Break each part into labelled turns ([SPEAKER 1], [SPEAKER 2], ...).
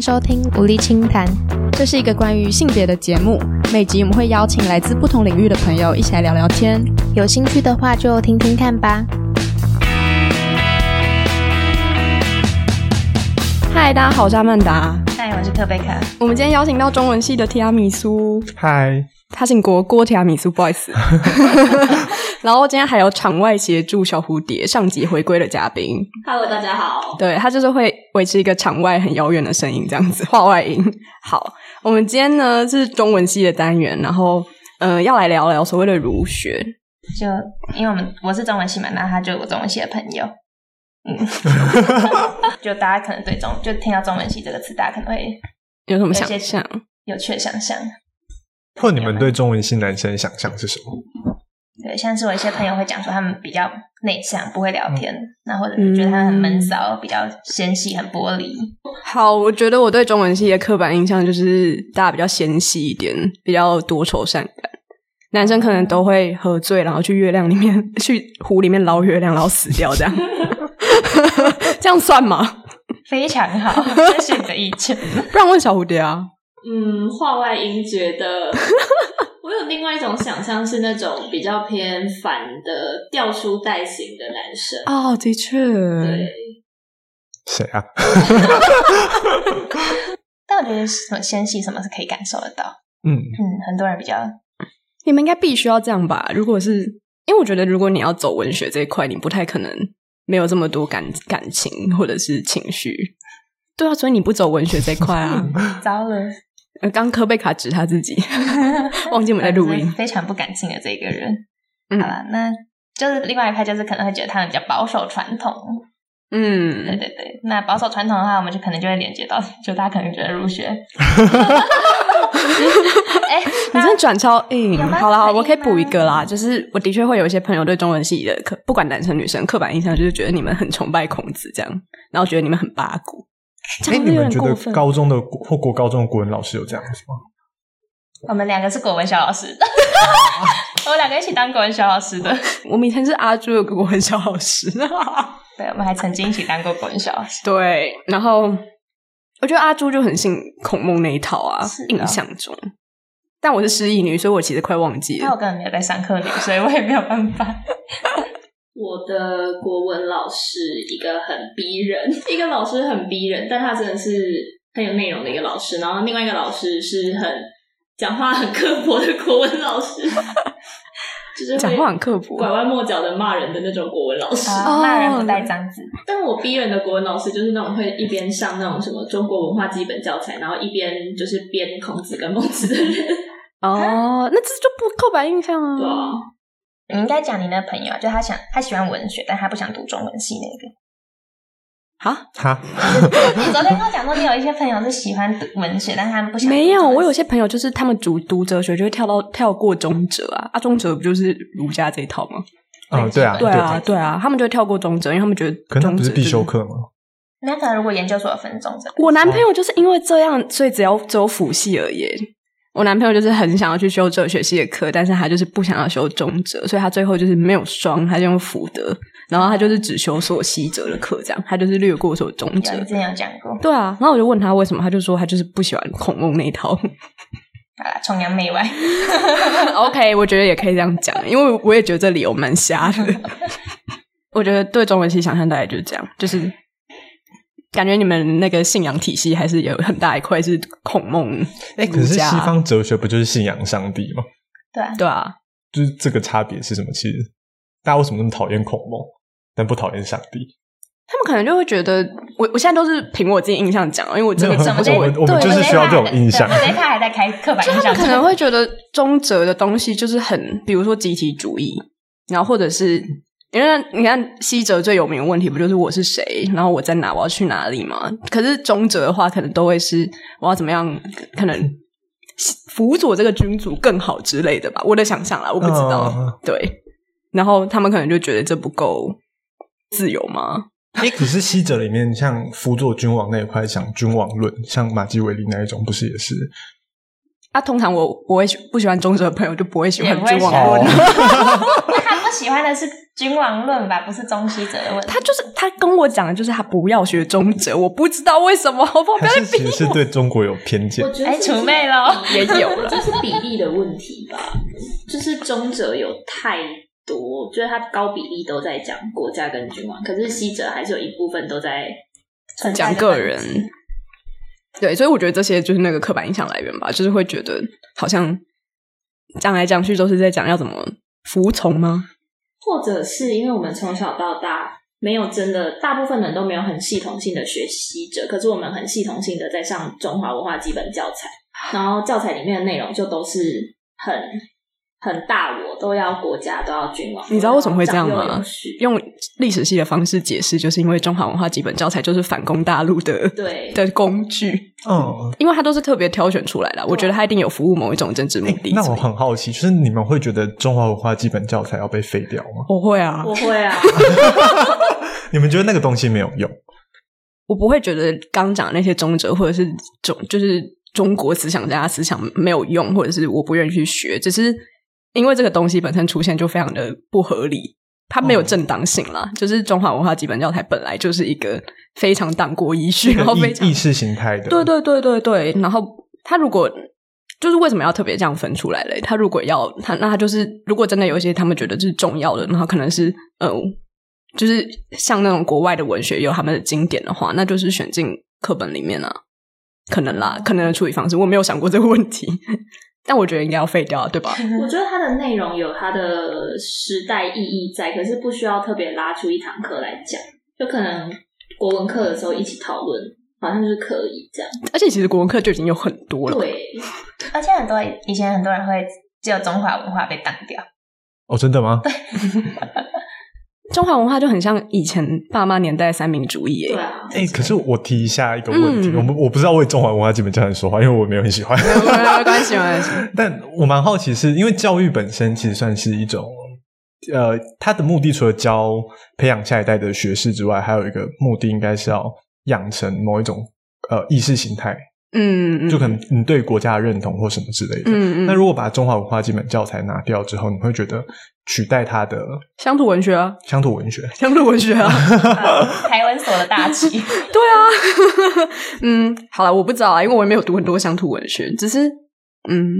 [SPEAKER 1] 收听《无力清谈》，
[SPEAKER 2] 这是一个关于性别的节目，每集我们会邀请来自不同领域的朋友一起来聊聊天。
[SPEAKER 1] 有兴趣的话就听听看吧。
[SPEAKER 2] 嗨，大家好，我是阿曼达。
[SPEAKER 1] 嗨，我是克贝克。
[SPEAKER 2] 我们今天邀请到中文系的提拉米苏，
[SPEAKER 3] 嗨，
[SPEAKER 2] 他姓郭，郭提拉米苏，不好意 思。然后今天还有场外协助小蝴蝶上集回归的嘉宾，
[SPEAKER 4] Hello，大家好。
[SPEAKER 2] 对他就是会维持一个场外很遥远的声音，这样子 话外音。好，我们今天呢是中文系的单元，然后呃要来聊聊所谓的儒学。
[SPEAKER 4] 就因为我们我是中文系嘛，那他就我中文系的朋友，嗯，就大家可能对中就听到中文系这个词，大家可能会
[SPEAKER 2] 有什么
[SPEAKER 4] 有
[SPEAKER 2] 想
[SPEAKER 4] 些
[SPEAKER 2] 象？
[SPEAKER 4] 有趣的想象。
[SPEAKER 3] 或你们对中文系男生的想象是什么？
[SPEAKER 4] 对，像是我一些朋友会讲说，他们比较内向，不会聊天，那或者是觉得他很闷骚，比较纤细，很玻璃。
[SPEAKER 2] 好，我觉得我对中文系的刻板印象就是大家比较纤细一点，比较多愁善感。男生可能都会喝醉，然后去月亮里面、去湖里面捞月亮，然后死掉这样。这样算吗？
[SPEAKER 4] 非常好，谢谢你的意见。
[SPEAKER 2] 不然问小蝴蝶啊。
[SPEAKER 5] 嗯，话外音觉 得，我有另外一种想象是那种比较偏反的掉书袋型的男生。
[SPEAKER 2] 哦，的确，
[SPEAKER 5] 对，
[SPEAKER 3] 谁啊？
[SPEAKER 4] 但我觉得什么纤细什么是可以感受得到，
[SPEAKER 3] 嗯，
[SPEAKER 4] 嗯，很多人比较
[SPEAKER 2] 你们应该必须要这样吧？如果是因为我觉得，如果你要走文学这一块，你不太可能没有这么多感感情或者是情绪。对啊，所以你不走文学这一块 啊。
[SPEAKER 4] 糟了，
[SPEAKER 2] 呃刚科贝卡指他自 己，忘记我们在录音
[SPEAKER 4] 我是非常不感性的这一个人。
[SPEAKER 2] 嗯
[SPEAKER 4] 好了，那就是另外一派，就是可能会觉得他们比较保守传统。对
[SPEAKER 2] 嗯，
[SPEAKER 4] 对对，那保守传统的话，我们就可能就会连接到， 就大家可能觉得 入学。哎、
[SPEAKER 2] 你真的转超硬。
[SPEAKER 4] 有吗
[SPEAKER 2] 好了，好啦
[SPEAKER 4] 很硬
[SPEAKER 2] 我可以补一
[SPEAKER 4] 吗
[SPEAKER 2] 个啦，就是我的确会有一些朋友对中文系的刻，不管男生女生，刻板印象就是觉得你们很崇拜孔子这样，然后觉得你们很八股。这
[SPEAKER 3] 哎、
[SPEAKER 2] 样
[SPEAKER 3] 你
[SPEAKER 2] 有
[SPEAKER 3] 们
[SPEAKER 2] 点
[SPEAKER 3] 觉
[SPEAKER 2] 过分
[SPEAKER 3] 得。高中的国或国高中的国文老师有这样子吗？
[SPEAKER 4] 我们两个是国文小老师， 我们两个一起当国文小老师的。
[SPEAKER 2] 我们以前是阿朱的国文小老师。
[SPEAKER 4] 对，我们还曾经一起当过国文小老 师。
[SPEAKER 2] 对，然后我觉得阿朱就很信孔孟那一套啊，
[SPEAKER 4] 是啊
[SPEAKER 2] 印象中。但我是失忆女，所以我其实快忘记
[SPEAKER 4] 那我
[SPEAKER 2] 了。
[SPEAKER 4] 根本没有在上课里，所以我也没有办 法。
[SPEAKER 5] 我的国文老师一个很逼人， 一个老师很逼人，但他真的是很有内容的一个老师。然后另外一个老师是很讲话很刻薄的国文老师， 就是啊会
[SPEAKER 2] 讲话很刻薄
[SPEAKER 5] 拐弯抹角的骂人的那种国文老师。
[SPEAKER 4] 啊骂人
[SPEAKER 2] 哦
[SPEAKER 4] 不带脏字，
[SPEAKER 5] 但我逼人的国文老师就是那种会一边上那种什么中国文化基本教材，然后一边就是编孔子跟孟子的人。
[SPEAKER 2] 哦，那这就不刻板印象
[SPEAKER 5] 对啊
[SPEAKER 2] 啊。，
[SPEAKER 4] 你应该讲你那朋友，啊就他想他喜欢文学，但他不想读中文系那个。
[SPEAKER 2] 啊，
[SPEAKER 3] 哈，
[SPEAKER 4] 你 昨天跟我讲说，你有一些朋友是喜欢读文学，但他们不
[SPEAKER 5] 啊
[SPEAKER 4] 想读
[SPEAKER 2] 没有，
[SPEAKER 4] 中文
[SPEAKER 2] 我有些朋友就是他们读读哲学，就会跳到跳过中哲啊，啊，中哲不就是儒家这一套吗？
[SPEAKER 3] 嗯，对啊，
[SPEAKER 2] 对啊，
[SPEAKER 3] 啊。
[SPEAKER 2] 对啊，他们就会跳过中哲，因为他们觉
[SPEAKER 3] 可
[SPEAKER 2] 得中
[SPEAKER 3] 能不
[SPEAKER 2] 哲
[SPEAKER 3] 是必
[SPEAKER 2] 就
[SPEAKER 3] 修。课吗？
[SPEAKER 4] 那可能如果研究所有分中这
[SPEAKER 2] 我男朋友就是因为这样，所以只要只有辅系而已。我男朋友就是很想要去修哲学系的课，但是他就是不想要修中哲，所以他最后就是没有双，他就用辅德，然后他就是只修所有西哲的课，这样他就是略过所有中哲
[SPEAKER 4] 有你。之前有讲过，
[SPEAKER 2] 对啊，然后我就问他为什么，他就说他就是不喜欢孔孟那一套。
[SPEAKER 4] 好啦，崇洋媚外。
[SPEAKER 2] OK，我觉得也可以这样讲，因为我也觉得这理由蛮瞎的。我觉得对中文系想象大概就是这样，就是感觉你们那个信仰体系还是有很大一块是孔孟。
[SPEAKER 3] 哎、可是西方哲学不就是信仰上帝吗？
[SPEAKER 4] 对啊，
[SPEAKER 2] 对啊，
[SPEAKER 3] 就是这个差别是什么？其实大家为什么那么讨厌孔孟，但不讨厌上帝？
[SPEAKER 2] 他们可能就会觉得我我现在都是凭我自己印象讲，啊因为我这个
[SPEAKER 3] 没有
[SPEAKER 2] 这个
[SPEAKER 3] 我我们我们
[SPEAKER 2] 对
[SPEAKER 3] 就是需要这种印象
[SPEAKER 4] 对我觉得他还在开刻板
[SPEAKER 2] 就
[SPEAKER 4] 印
[SPEAKER 2] 他
[SPEAKER 4] 象，
[SPEAKER 2] 们可能会觉得中哲的东西就是很，比如说集体主义，然后或者是因为你看西哲最有名的问题不就是我是谁，然后我在哪，我要去哪里嘛？可是中哲的话，可能都会是我要怎么样，可能辅佐这个君主更好之类的吧。我的想象啦，我不知道。
[SPEAKER 3] 嗯
[SPEAKER 2] 对，然后他们可能就觉得这不够自由吗？
[SPEAKER 3] 哎、可是西哲里面像辅佐君王那一块，讲君王论，像马基维利那一种，不是也是？
[SPEAKER 2] 啊，通常我我会喜不喜欢中哲的朋友就不会喜
[SPEAKER 4] 也
[SPEAKER 2] 欢
[SPEAKER 4] 不会
[SPEAKER 3] 哦
[SPEAKER 2] 君
[SPEAKER 4] 喜
[SPEAKER 2] 王
[SPEAKER 4] 欢
[SPEAKER 2] 论。
[SPEAKER 4] 他不喜欢的是君王论吧，不是中西哲的问题。
[SPEAKER 2] 他就是他跟我讲的就是他不要学中哲，我不知道为什么，好不好？不要
[SPEAKER 3] 还
[SPEAKER 2] 再
[SPEAKER 3] 是
[SPEAKER 2] 逼
[SPEAKER 3] 其实是对中国有偏见
[SPEAKER 5] 我？觉得
[SPEAKER 4] 哎
[SPEAKER 5] 是
[SPEAKER 4] 除魅咯
[SPEAKER 2] 嗯也有了
[SPEAKER 5] 我觉得是比例的问题吧，就是中者有太多，就是它高比例都在讲国家跟君王，可是西者还是有一部分都在
[SPEAKER 4] 存在
[SPEAKER 2] 讲
[SPEAKER 4] 的
[SPEAKER 2] 个
[SPEAKER 4] 问题
[SPEAKER 2] 人。对，所以我觉得这些就是那个刻板印象来源吧，就是会觉得好像讲来讲去都是在讲要怎么服从吗？
[SPEAKER 5] 或者是因为我们从小到大没有真的，大部分人都没有很系统性的学习者，可是我们很系统性的在上中华文化基本教材，然后教材里面的内容就都是很很大我，都要国家，都要君王。
[SPEAKER 2] 你知道为什么会这样吗
[SPEAKER 5] 长幼有序
[SPEAKER 2] 用历史系的方式解释，就是因为中华文化基本教材就是反攻大陆的
[SPEAKER 5] 对
[SPEAKER 2] 的工具，
[SPEAKER 3] 嗯，
[SPEAKER 2] 因为它都是特别挑选出来的，啊我觉得它一定有服务某一种政治目的。
[SPEAKER 3] 哎那我
[SPEAKER 2] 所以
[SPEAKER 3] 很好奇，就是你们会觉得中华文化基本教材要被废掉吗？
[SPEAKER 2] 我会啊，
[SPEAKER 5] 我会啊，
[SPEAKER 3] 你们觉得那个东西没有用？
[SPEAKER 2] 我不会觉得刚讲的那些中哲或者是中就是中国思想家思想没有用，或者是我不愿意去学，只是因为这个东西本身出现就非常的不合理，它
[SPEAKER 3] 哦
[SPEAKER 2] 没有正当性啦。就是中华文化基本教材本来就是一个非常党国遗绪，
[SPEAKER 3] 一个
[SPEAKER 2] 然后非常
[SPEAKER 3] 意意识形态的，
[SPEAKER 2] 对对对对对，然后他如果就是为什么要特别这样分出来嘞？他如果要他那他就是如果真的有一些他们觉得是重要的，然后可能是呃，就是像那种国外的文学有他们的经典的话，那就是选进课本里面啊，可能啦，可能的处理方式我没有想过这个问题， 但我觉得应该要废掉啊，对吧？
[SPEAKER 5] 我觉得它的内容有它的时代意义在，可是不需要特别拉出一堂课来讲，就可能国文课的时候一起讨论，好像是可以这样。
[SPEAKER 2] 而且其实国文课就已经有很多了，
[SPEAKER 5] 对，
[SPEAKER 4] 而且很多以前很多人会只有中华文化被挡掉，
[SPEAKER 3] 哦，真的吗？
[SPEAKER 2] 中华文化就很像以前爸妈年代的三民主义、
[SPEAKER 5] 对
[SPEAKER 2] 欸，
[SPEAKER 5] 啊，
[SPEAKER 3] 哎、可是我提一下一个问题，
[SPEAKER 2] 嗯
[SPEAKER 3] 我们我不知道为中华文化基本教材说话，因为我没有很喜 欢。
[SPEAKER 2] 没关系没关系，
[SPEAKER 3] 但我蛮好奇是，因为教育本身其实算是一种，呃，它的目的除了教培养下一代的学士之外，还有一个目的应该是要养成某一种呃意识形态，
[SPEAKER 2] 嗯，嗯
[SPEAKER 3] 就可能你对国家的认同或什么之类的。
[SPEAKER 2] 嗯嗯，
[SPEAKER 3] 那如果把中华文化基本教材拿掉之后，你会觉得取代它的
[SPEAKER 2] 乡土文学啊，
[SPEAKER 3] 乡土文学？
[SPEAKER 2] 乡土文学啊，
[SPEAKER 4] 啊台湾所的大旗。
[SPEAKER 2] 对啊， 嗯，好了，我不知道啊，因为我也没有读很多乡土文学，只是嗯，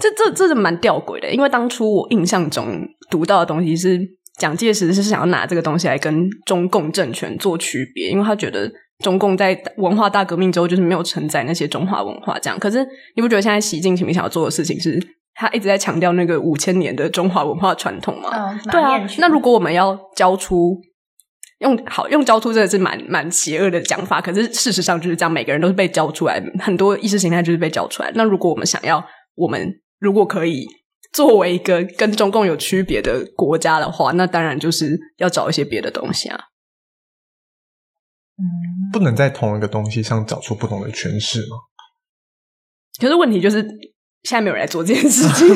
[SPEAKER 2] 这这这是蛮吊诡的，因为当初我印象中读到的东西是蒋介石是想要拿这个东西来跟中共政权做区别，因为他觉得。中共在文化大革命之后，就是没有承载那些中华文化，这样。可是你不觉得现在习近平想要做的事情是，他一直在强调那个五千年的中华文化传统吗？
[SPEAKER 4] 嗯，
[SPEAKER 2] 对
[SPEAKER 4] 马
[SPEAKER 2] 啊
[SPEAKER 4] 念，群
[SPEAKER 2] 那如果我们要交出用好用交出，真的是蛮蛮邪恶的讲法。可是事实上就是这样，每个人都是被教出来，很多意识形态就是被教出来。那如果我们想要，我们如果可以作为一个跟中共有区别的国家的话，那当然就是要找一些别的东西啊。
[SPEAKER 3] 不能在同一个东西上找出不同的诠释吗？
[SPEAKER 2] 可是问题就是，现在没有人来做这件事 情。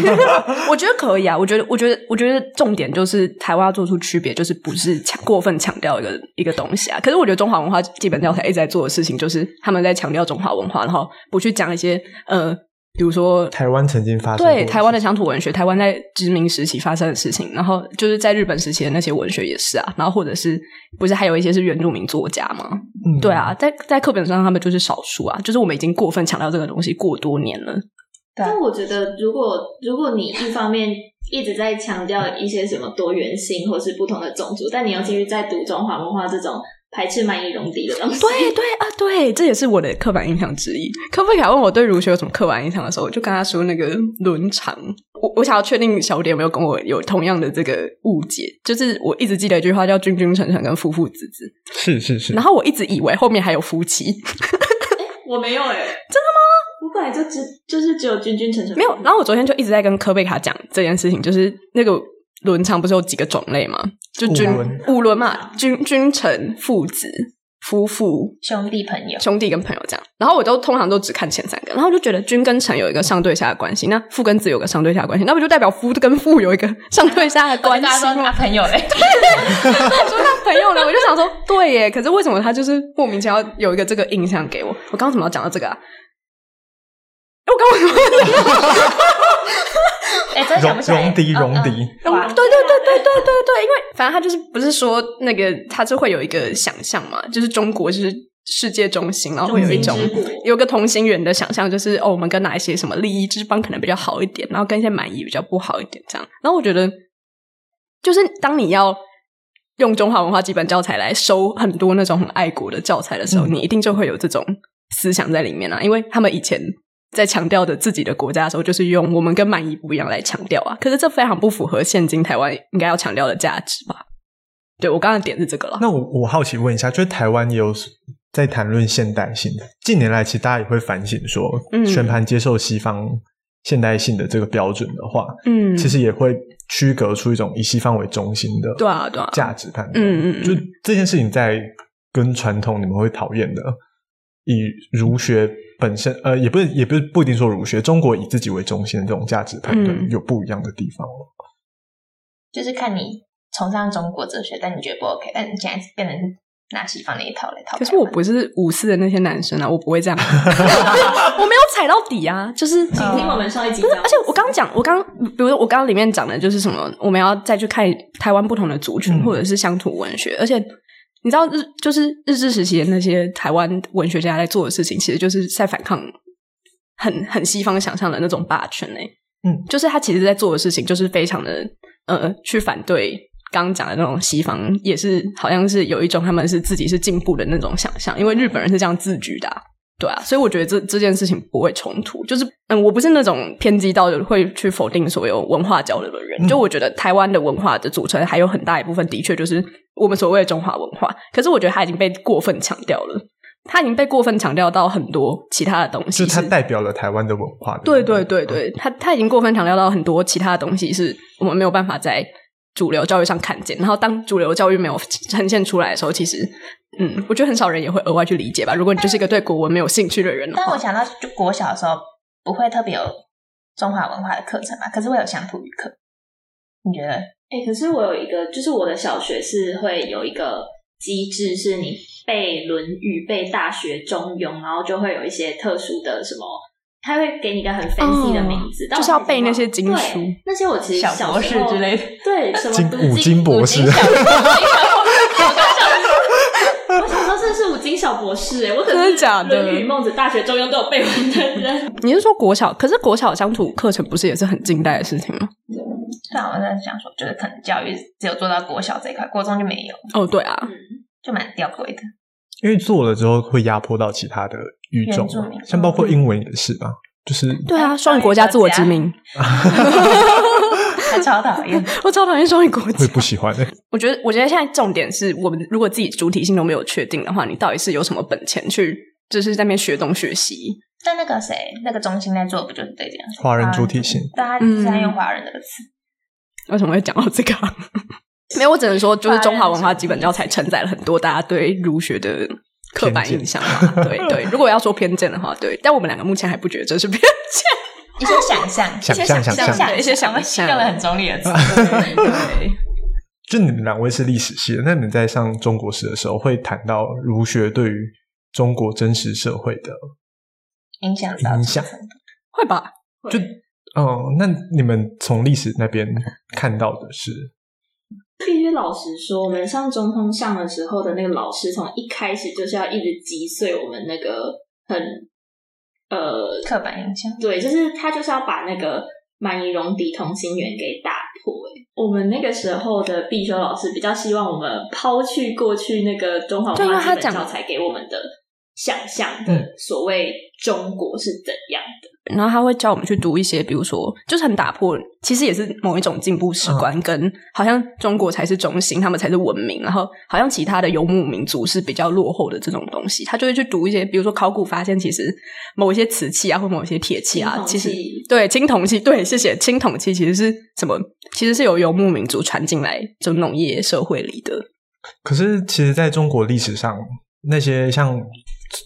[SPEAKER 2] 我觉得可以啊，我觉得，我觉得，我觉得重点就是台湾要做出区别，就是不是强过分强调一个一个东西啊。可是我觉得中华文化基本教材一直在做的事情，就是他们在强调中华文化，然后不去讲一些呃，比如说
[SPEAKER 3] 台湾曾经发生过
[SPEAKER 2] 对台湾的
[SPEAKER 3] 事
[SPEAKER 2] 乡土文学，台湾在殖民时期发生的事情，然后就是在日本时期的那些文学也是啊，然后或者是不是还有一些是原住民作家吗？
[SPEAKER 3] 嗯
[SPEAKER 2] 对啊，在在课本上他们就是少数啊，就是我们已经过分强调这个东西过多年了。
[SPEAKER 4] 对啊
[SPEAKER 5] 但我觉得，如果如果你一方面一直在强调一些什么多元性或是不同的种族，但你又继续在读中华文化这种排斥蛮夷戎狄的东西，
[SPEAKER 2] 对对啊，对，这也是我的刻板印象之一。科菲卡问我对儒学有什么刻板印象的时候，我就跟他说那个伦常。我我想要确定小蝶有没有跟我有同样的这个误解，就是我一直记得一句话叫“君君臣臣”跟“父父子子
[SPEAKER 3] 是是”，是
[SPEAKER 2] 然，后我一直以为后面还有夫妻，
[SPEAKER 5] 我没有哎、 真的吗？我本来就只就是只有君君臣臣，
[SPEAKER 2] 没有。然后我昨天就一直在跟科贝卡讲这件事情，就是那个伦常不是有几个种类吗？就君
[SPEAKER 3] 五伦
[SPEAKER 2] 五伦嘛，君君臣、父子、夫妇、
[SPEAKER 4] 兄弟朋友，
[SPEAKER 2] 兄弟跟朋友这样，然后我都通常都只看前三个，然后我就觉得君跟臣有一个上对下的关系，那父跟子有个上对下的关系，那不就代表夫跟父有一个上对下的
[SPEAKER 4] 我
[SPEAKER 2] 关
[SPEAKER 4] 就跟他
[SPEAKER 2] 系
[SPEAKER 4] 说
[SPEAKER 2] 吗？
[SPEAKER 4] 他朋友哎嘞，
[SPEAKER 2] 我说那朋友呢？我就想说，对耶，可是为什么他就是莫名其妙有一个这个印象给我？我刚刚怎么要讲到这个啊？哎，我跟我说的
[SPEAKER 4] 哎、真想
[SPEAKER 3] 戎
[SPEAKER 4] 不起来。
[SPEAKER 3] 戎迪，
[SPEAKER 4] 嗯
[SPEAKER 3] 戎迪，，
[SPEAKER 2] 对
[SPEAKER 4] 哇
[SPEAKER 2] 对对对对对对对，因为反正他就是不是说那个他就会有一个想象嘛，就是中国就是世界中心，然后会有一种
[SPEAKER 5] 中心之国
[SPEAKER 2] 有个同心圆的想象，就是哦，我们跟哪一些什么利益之邦可能比较好一点，然后跟一些蛮夷比较不好一点这样。然后我觉得，就是当你要用中华文化基本教材来收很多那种很爱国的教材的时候，
[SPEAKER 3] 嗯
[SPEAKER 2] 你一定就会有这种思想在里面啊，因为他们以前。在强调的自己的国家的时候，就是用我们跟蛮夷不一样来强调啊。可是这非常不符合现今台湾应该要强调的价值吧？对我刚刚的点是这个了。
[SPEAKER 3] 那我我好奇问一下，就是台湾也有在谈论现代性的，近年来其实大家也会反省说，
[SPEAKER 2] 嗯
[SPEAKER 3] 全盘接受西方现代性的这个标准的话，
[SPEAKER 2] 嗯，
[SPEAKER 3] 其实也会区隔出一种以西方为中心的
[SPEAKER 2] 对啊对啊
[SPEAKER 3] 价值判断。
[SPEAKER 2] 嗯嗯嗯
[SPEAKER 3] 就这件事情在跟传统你们会讨厌的，以儒学本身呃，也不是也不是不一定说儒学，中国以自己为中心的这种价值判断
[SPEAKER 2] 嗯
[SPEAKER 3] 有不一样的地方哦吗。
[SPEAKER 4] 就是看你崇尚中国哲学，但你觉得不 OK，但你现在变成是拿西方那一套来套。
[SPEAKER 2] 可是我，不是五四的那些男生啊，我不会这样，我没有踩到底啊，就是
[SPEAKER 5] 请听我们上一集
[SPEAKER 2] 不是，
[SPEAKER 5] 讲。
[SPEAKER 2] 而且我刚讲，我刚比如说我刚刚里面讲的就是什么，我们要再去看台湾不同的族群、
[SPEAKER 3] 嗯
[SPEAKER 2] 或者是乡土文学，而且你知道日就是日治时期的那些台湾文学家在做的事情，其实就是在反抗很很西方想象的那种霸权诶、
[SPEAKER 3] 嗯，
[SPEAKER 2] 就是他其实在做的事情就是非常的呃去反对。刚刚讲的那种西方也是，好像是有一种他们是自己是进步的那种想象，因为日本人是这样自居的啊、对啊，所以我觉得这这件事情不会冲突，就是嗯，我不是那种偏激到会去否定所有文化交流的人，
[SPEAKER 3] 嗯
[SPEAKER 2] 就我觉得台湾的文化的组成还有很大一部分的确就是我们所谓的中华文化，可是我觉得它已经被过分强调了，它已经被过分强调到很多其他的东西，
[SPEAKER 3] 就是它代表了台湾的文化。
[SPEAKER 2] 对
[SPEAKER 3] 不
[SPEAKER 2] 对
[SPEAKER 5] 嗯
[SPEAKER 2] 对，对，他他已经过分强调到很多其他的东西是我们没有办法在主流教育上看见。然后当主流教育没有呈现出来的时候，其实嗯，我觉得很少人也会额外去理解吧。如果你就是一个对国文没有兴趣的人的
[SPEAKER 4] 但
[SPEAKER 2] 话
[SPEAKER 4] 我，想到就国小的时候不会特别有中华文化的课程嘛，可是会有乡土语课。你觉得？
[SPEAKER 5] 哎、可是我有一个，就是我的小学是会有一个机制，是你背《论语》、背《大学》、《中庸》，然后就会有一些特殊的什么，他会给你一个很 fancy 的名字，但
[SPEAKER 2] 哦就
[SPEAKER 5] 我
[SPEAKER 2] 是要
[SPEAKER 5] 其实
[SPEAKER 2] 背那
[SPEAKER 5] 忘
[SPEAKER 2] 些经
[SPEAKER 5] 对
[SPEAKER 2] 书
[SPEAKER 5] 那些我其实
[SPEAKER 4] 小
[SPEAKER 5] 小
[SPEAKER 4] 博
[SPEAKER 5] 时
[SPEAKER 4] 士
[SPEAKER 5] 候
[SPEAKER 4] 之 类的，
[SPEAKER 5] 对什么
[SPEAKER 3] 金
[SPEAKER 5] 读
[SPEAKER 3] 五金博士
[SPEAKER 5] 五金小博士我小时候真的是五金小博士哎、我可
[SPEAKER 2] 真
[SPEAKER 5] 是
[SPEAKER 2] 的假的
[SPEAKER 5] 论语》、《孟子》、《大学》、《中庸》都有背完的人。
[SPEAKER 2] 你是说国小？可是国小乡土课程不是也是很近代的事情吗？
[SPEAKER 4] 但我在想说，就是可能教育只有做到国小这一块，国中就没有，
[SPEAKER 2] 哦，对啊，
[SPEAKER 5] 嗯
[SPEAKER 4] 就蛮吊诡的。
[SPEAKER 3] 因为做了之后会压迫到其他的语种
[SPEAKER 4] 原住民，
[SPEAKER 3] 像包括英文也是吧，就是
[SPEAKER 2] 对
[SPEAKER 5] 哎
[SPEAKER 2] 啊，双语国家自我殖民，
[SPEAKER 4] 他超讨厌。
[SPEAKER 5] 哎
[SPEAKER 2] 我超讨厌双语国
[SPEAKER 3] 会
[SPEAKER 2] 家。
[SPEAKER 3] 不喜 欢的。
[SPEAKER 2] 我觉得，我觉得现在重点是我们如果自己主体性都没有确定的话，你到底是有什么本钱去就是在那边学东学西？
[SPEAKER 4] 但那个谁，那个中心在做，不就是对这样？
[SPEAKER 3] 华人主体性
[SPEAKER 2] 啊
[SPEAKER 4] 但他
[SPEAKER 2] 嗯
[SPEAKER 4] 现在用华人这个词，
[SPEAKER 2] 为什么会讲到这个啊、没有，我只能说，就是中华文化基本教材承载了很多大家对儒学的刻板印象嘛。对 对，如果要说偏见的话，对，但我们两个目前还不觉得这是偏见，
[SPEAKER 4] 一些想象，
[SPEAKER 3] 想象想
[SPEAKER 2] 想
[SPEAKER 3] 象，
[SPEAKER 2] 对一些 想象
[SPEAKER 4] 用了很中立的词。
[SPEAKER 2] 对，
[SPEAKER 3] 就你们两位是历史系的，那你们在上中国史的时候会谈到儒学对于中国真实社会的
[SPEAKER 4] 影响到
[SPEAKER 3] 影响
[SPEAKER 4] 成
[SPEAKER 2] 会吧？
[SPEAKER 3] 就哦，那你们从历史那边看到的是，
[SPEAKER 5] 必须老实说，我们上中通上的时候的那个老师，从一开始就是要一直击碎我们那个很呃，
[SPEAKER 4] 刻板印象。
[SPEAKER 5] 对，就是他就是要把那个满夷戎狄同心圆给打破、欸。我们那个时候的必修老师比较希望我们抛去过去那个中华
[SPEAKER 2] 对
[SPEAKER 5] 文
[SPEAKER 4] 啊
[SPEAKER 2] 因为他
[SPEAKER 5] 化基
[SPEAKER 2] 讲
[SPEAKER 5] 本教材给我们的想象的
[SPEAKER 3] 嗯
[SPEAKER 5] 所谓中国是怎样的。
[SPEAKER 2] 然后他会教我们去读一些，比如说，就是很打破，其实也是某一种进步
[SPEAKER 3] 嗯
[SPEAKER 2] 史观，跟好像中国才是中心，他们才是文明，然后好像其他的游牧民族是比较落后的这种东西，他就会去读一些，比如说考古发现，其实某一些瓷器啊，或某一些铁器啊，
[SPEAKER 5] 青铜
[SPEAKER 2] 其实
[SPEAKER 5] 器
[SPEAKER 2] 对青铜器，对，谢谢青铜器其实是什么？其实是由游牧民族传进来就农业社会里的，
[SPEAKER 3] 可是其实在中国历史上，那些像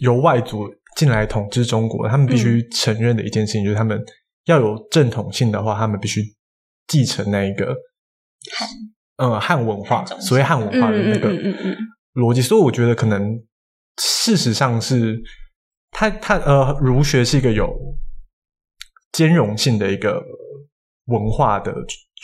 [SPEAKER 3] 由外族进来统治中国，他们必须
[SPEAKER 2] 嗯
[SPEAKER 3] 承认的一件事情、就是，他们要有正统性的话，他们必须继承那一个汉，呃，汉文化
[SPEAKER 4] 汉，中
[SPEAKER 3] 所谓汉文化的那个
[SPEAKER 2] 嗯嗯嗯嗯嗯
[SPEAKER 3] 逻辑。所以我觉得可能事实上是，它它呃，儒学是一个有兼容性的一个文化的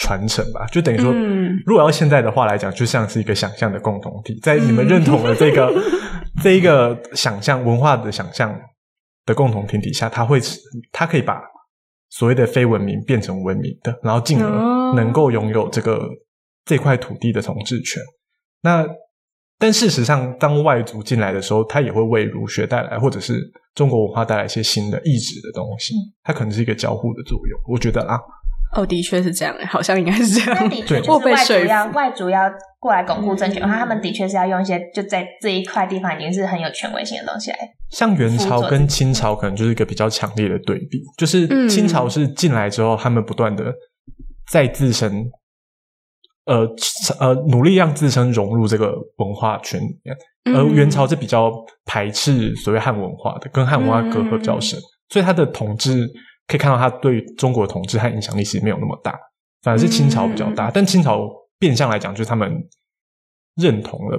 [SPEAKER 3] 传承吧，就等于说，
[SPEAKER 2] 嗯
[SPEAKER 3] 如果要现在的话来讲，就像是一个想象的共同体，在你们认同了这个、 这一个想象文化的想象的共同体底下，它会它可以把所谓的非文明变成文明的，然后进
[SPEAKER 2] 哦
[SPEAKER 3] 而能够拥有这个这块土地的统治权。那但事实上，当外族进来的时候，它也会为儒学带来，或者是中国文化带来一些新的意志的东西，它可能是一个交互的作用。我觉得啊，
[SPEAKER 2] 哦，的确是这样，好像应该是这
[SPEAKER 4] 那
[SPEAKER 2] 样。
[SPEAKER 4] 的确
[SPEAKER 2] 我
[SPEAKER 4] 就是
[SPEAKER 2] 被
[SPEAKER 4] 外
[SPEAKER 2] 说
[SPEAKER 4] 族要
[SPEAKER 2] 服
[SPEAKER 4] 外族要过来巩固政权的话，
[SPEAKER 2] 嗯
[SPEAKER 4] 他们的确是要用一些就在这一块地方已经是很有权威性的东西来。
[SPEAKER 3] 像元朝跟清朝可能就是一个比较强烈的对比，
[SPEAKER 2] 嗯
[SPEAKER 3] 就是清朝是进来之后，他们不断的在自身，呃呃，努力让自身融入这个文化圈里面，
[SPEAKER 2] 嗯
[SPEAKER 3] 而呃元朝是比较排斥所谓汉文化的，跟汉文化隔阂
[SPEAKER 2] 嗯
[SPEAKER 3] 比较深，所以他的统治可以看到他对中国的统治和影响力其实没有那么大，反而是清朝比较
[SPEAKER 2] 嗯
[SPEAKER 3] 大。但清朝变相来讲，就是他们认同了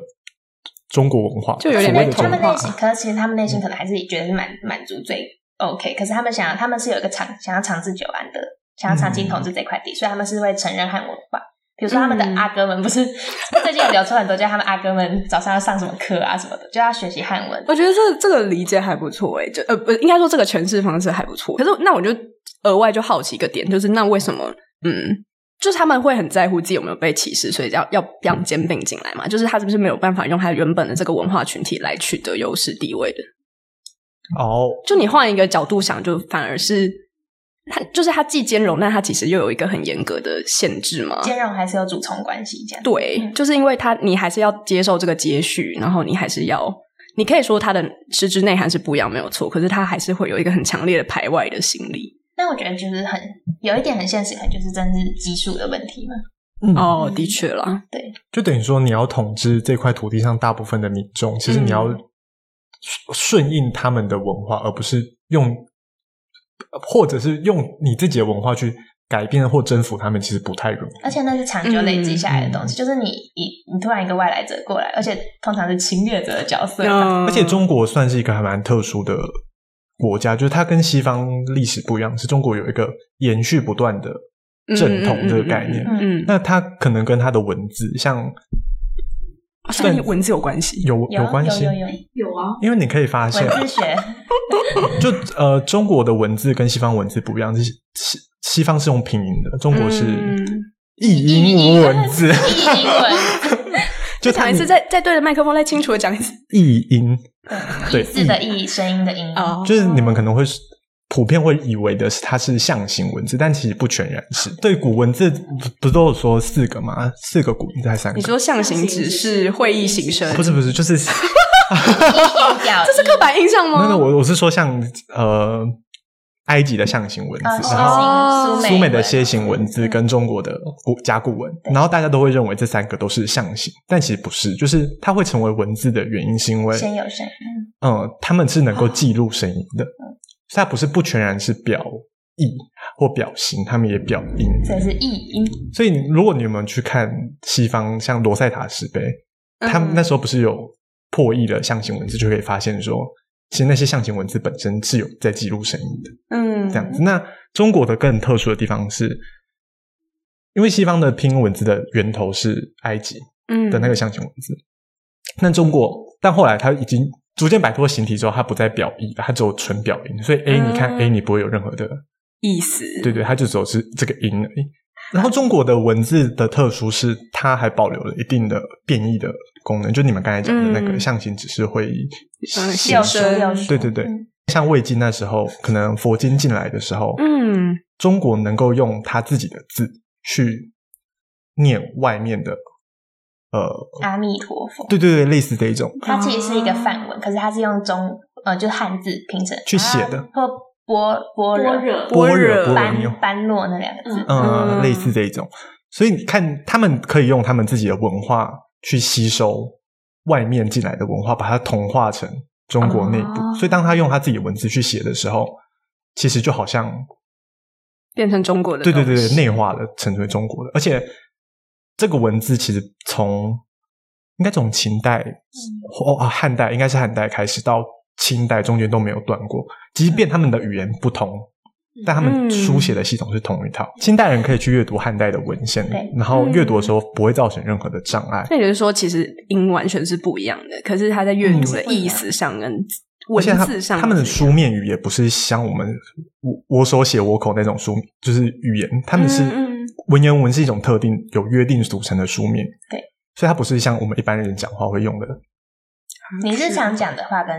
[SPEAKER 3] 中国文化，
[SPEAKER 2] 就有点
[SPEAKER 3] 所谓
[SPEAKER 2] 被
[SPEAKER 3] 的
[SPEAKER 2] 同
[SPEAKER 3] 中
[SPEAKER 4] 他们
[SPEAKER 3] 国文
[SPEAKER 2] 化
[SPEAKER 3] 化。
[SPEAKER 4] 内心，可是其实他们内心可能还是觉得是满满足最 OK，可是他们想要，他们是有一个长想要长治久安的，想要长期统治这块地，所以他们是会承认汉文化。比如说他们的
[SPEAKER 2] 嗯
[SPEAKER 4] 阿哥们不是、 最近有流出很多，叫他们阿哥们早上要上什么课啊什么的，就要学习汉文。
[SPEAKER 2] 我觉得这这个理解还不错诶、就呃不应该说这个诠释方式还不错。可是那我就额外就好奇一个点，就是那为什么嗯，就是他们会很在乎自己有没有被歧视，所以要要让兼并进来嘛？就是他是不是没有办法用他原本的这个文化群体来取得优势地位的？
[SPEAKER 3] 哦，
[SPEAKER 2] 就你换一个角度想，就反而是他就是他既兼容，但他其实又有一个很严格的限制嘛。
[SPEAKER 4] 兼容还是有主从关系这样。
[SPEAKER 2] 对，
[SPEAKER 4] 嗯
[SPEAKER 2] 就是因为他，你还是要接受这个接续，然后你还是要，你可以说他的实质内涵是不一样，没有错，可是他还是会有一个很强烈的排外的心理。
[SPEAKER 4] 但我觉得就是很有一点很现实，可能就是真是基数的问题嘛。
[SPEAKER 3] 嗯
[SPEAKER 2] 哦，的确啦，
[SPEAKER 3] 就等于说，你要统治这块土地上大部分的民众，其实你要
[SPEAKER 2] 嗯
[SPEAKER 3] 顺顺应他们的文化，而不是用，或者是用你自己的文化去改变或征服他们，其实不太容易。
[SPEAKER 4] 而且那是长久累积下来的
[SPEAKER 3] 嗯
[SPEAKER 4] 东西，就是你你你突然一个外来者过来，而且通常是侵略者的角色嘛，
[SPEAKER 2] 嗯
[SPEAKER 3] 而且中国算是一个还蛮特殊的国家，就是它跟西方历史不一样，是中国有一个延续不断的正统这个概念。
[SPEAKER 2] 嗯嗯嗯嗯嗯
[SPEAKER 3] 那它可能跟它的文字像
[SPEAKER 2] 好像跟文字有关系。
[SPEAKER 3] 有
[SPEAKER 4] 有啊
[SPEAKER 3] 关系
[SPEAKER 4] 有，有有
[SPEAKER 5] 有啊，
[SPEAKER 3] 因为你可以发现，
[SPEAKER 4] 文字学，
[SPEAKER 3] 就呃，中国的文字跟西方文字不一样，西西西方是用拼音的，中国是
[SPEAKER 2] 嗯
[SPEAKER 3] 一音无文 字，
[SPEAKER 4] 译英文，
[SPEAKER 3] 就它
[SPEAKER 2] 讲一次，嗯再再对着麦克风再清楚的讲一次。
[SPEAKER 3] 译音，
[SPEAKER 4] 对，
[SPEAKER 3] 对
[SPEAKER 4] 意字的意，声音的音，
[SPEAKER 2] 哦
[SPEAKER 3] 就是你们可能会是普遍会以为的是它是象形文字，但其实不全然是。对，古文字不不都有说四个吗？四个古文字还是三
[SPEAKER 2] 你
[SPEAKER 3] 个？
[SPEAKER 2] 说象形只是会议形声，
[SPEAKER 3] 不是不是，就是
[SPEAKER 4] 音调，
[SPEAKER 2] 这是刻板印象吗？
[SPEAKER 3] 那个我我是说像呃埃及的象形文
[SPEAKER 4] 呃，
[SPEAKER 3] 字，然后
[SPEAKER 2] 哦
[SPEAKER 4] 苏
[SPEAKER 3] 苏美
[SPEAKER 4] 美
[SPEAKER 3] 的
[SPEAKER 4] 文嗯
[SPEAKER 3] 楔形文字跟中国的古甲骨文，然后大家都会认为这三个都是象形，但其实不是，就是它会成为文字的原因是因为，
[SPEAKER 4] 先有声，嗯
[SPEAKER 3] 嗯，他们是能够记录声音的，所以它不是不全然是表意或表形，他们也表音。
[SPEAKER 4] 这是意音，
[SPEAKER 3] 所以你如果你们去看西方，像罗塞塔石碑，
[SPEAKER 4] 嗯
[SPEAKER 3] 他们那时候不是有破译的象形文字，就可以发现说，其实那些象形文字本身是有在记录声音的。
[SPEAKER 2] 嗯
[SPEAKER 3] 这样子。那中国的更特殊的地方是，因为西方的拼音文字的源头是埃及
[SPEAKER 2] 嗯
[SPEAKER 3] 的那个象形文字，那中国但后来它已经逐渐摆脱形体之后，它不再表意了，它只有纯表音。所以 A
[SPEAKER 2] 嗯
[SPEAKER 3] 你看 A 你不会有任何的，
[SPEAKER 2] 意思，
[SPEAKER 3] 对对，它就只有是这个音而已。然后中国的文字的特殊是，它还保留了一定的变异的功能，就你们刚才讲的那
[SPEAKER 2] 嗯
[SPEAKER 3] 个象形只是会
[SPEAKER 2] 嗯
[SPEAKER 3] 形
[SPEAKER 2] 声
[SPEAKER 4] 六书
[SPEAKER 3] 式
[SPEAKER 4] 六书，
[SPEAKER 3] 对对对
[SPEAKER 4] 嗯
[SPEAKER 3] 像魏晋那时候，可能佛经进来的时候，
[SPEAKER 2] 嗯
[SPEAKER 3] 中国能够用他自己的字去念外面的，呃，
[SPEAKER 4] 阿弥陀佛，
[SPEAKER 3] 对对对，类似这一种
[SPEAKER 4] 它其实是一个梵文，可是它是用中呃就是汉字拼成
[SPEAKER 3] 去写的
[SPEAKER 4] 啊或般般
[SPEAKER 3] 啊
[SPEAKER 5] 般
[SPEAKER 4] 若
[SPEAKER 5] 若
[SPEAKER 2] 般若
[SPEAKER 3] 若波罗蜜，
[SPEAKER 4] 般般若那两个字，
[SPEAKER 2] 嗯
[SPEAKER 3] 嗯，类似这一种。所以你看，他们可以用他们自己的文化去吸收外面进来的文化，把它同化成中国内部。所以当他用他自己的文字去写的时候，其实就好像
[SPEAKER 2] 变成中国的
[SPEAKER 3] 对对
[SPEAKER 2] 东
[SPEAKER 3] 对
[SPEAKER 2] 西
[SPEAKER 3] 对，内化了，成为中国的。而且这个文字其实从应该从秦代、哦啊汉代，应该是汉代开始到清代中间都没有断过。即便他们的语言不同，但他
[SPEAKER 2] 嗯
[SPEAKER 3] 们书写的系统是同一套。清代人可以去阅读汉代的文献
[SPEAKER 4] 对，
[SPEAKER 3] 然后阅
[SPEAKER 2] 嗯
[SPEAKER 3] 读的时候不会造成任何的障碍。
[SPEAKER 2] 那也就是说，其实音完全是不一样的，可是他在阅读的意思上跟
[SPEAKER 3] 嗯啊而
[SPEAKER 2] 文
[SPEAKER 3] 且他
[SPEAKER 2] 字上，
[SPEAKER 3] 他们的书面语也不是像我们我我手写我口那种书，就是语言，他们是
[SPEAKER 2] 嗯嗯
[SPEAKER 3] 文言文是一种特定有约定俗成的书面，
[SPEAKER 4] 对，
[SPEAKER 3] 所以它不是像我们一般人讲话会用的。
[SPEAKER 4] 你日常讲的话跟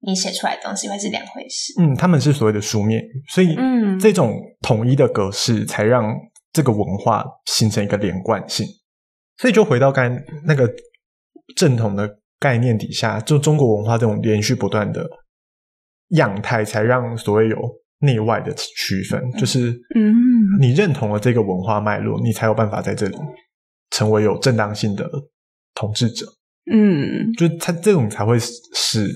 [SPEAKER 4] 你写出来的东西会是两回事。
[SPEAKER 3] 嗯，他们是所谓的书面语，所以
[SPEAKER 2] 嗯
[SPEAKER 3] 这种统一的格式才让这个文化形成一个连贯性。所以就回到刚才那个正统的概念底下，就中国文化这种连续不断的样态，才让所谓有内外的区分，就是
[SPEAKER 2] 嗯
[SPEAKER 3] 你认同了这个文化脉络，你才有办法在这里成为有正当性的统治者。
[SPEAKER 2] 嗯
[SPEAKER 3] 就它这种才会使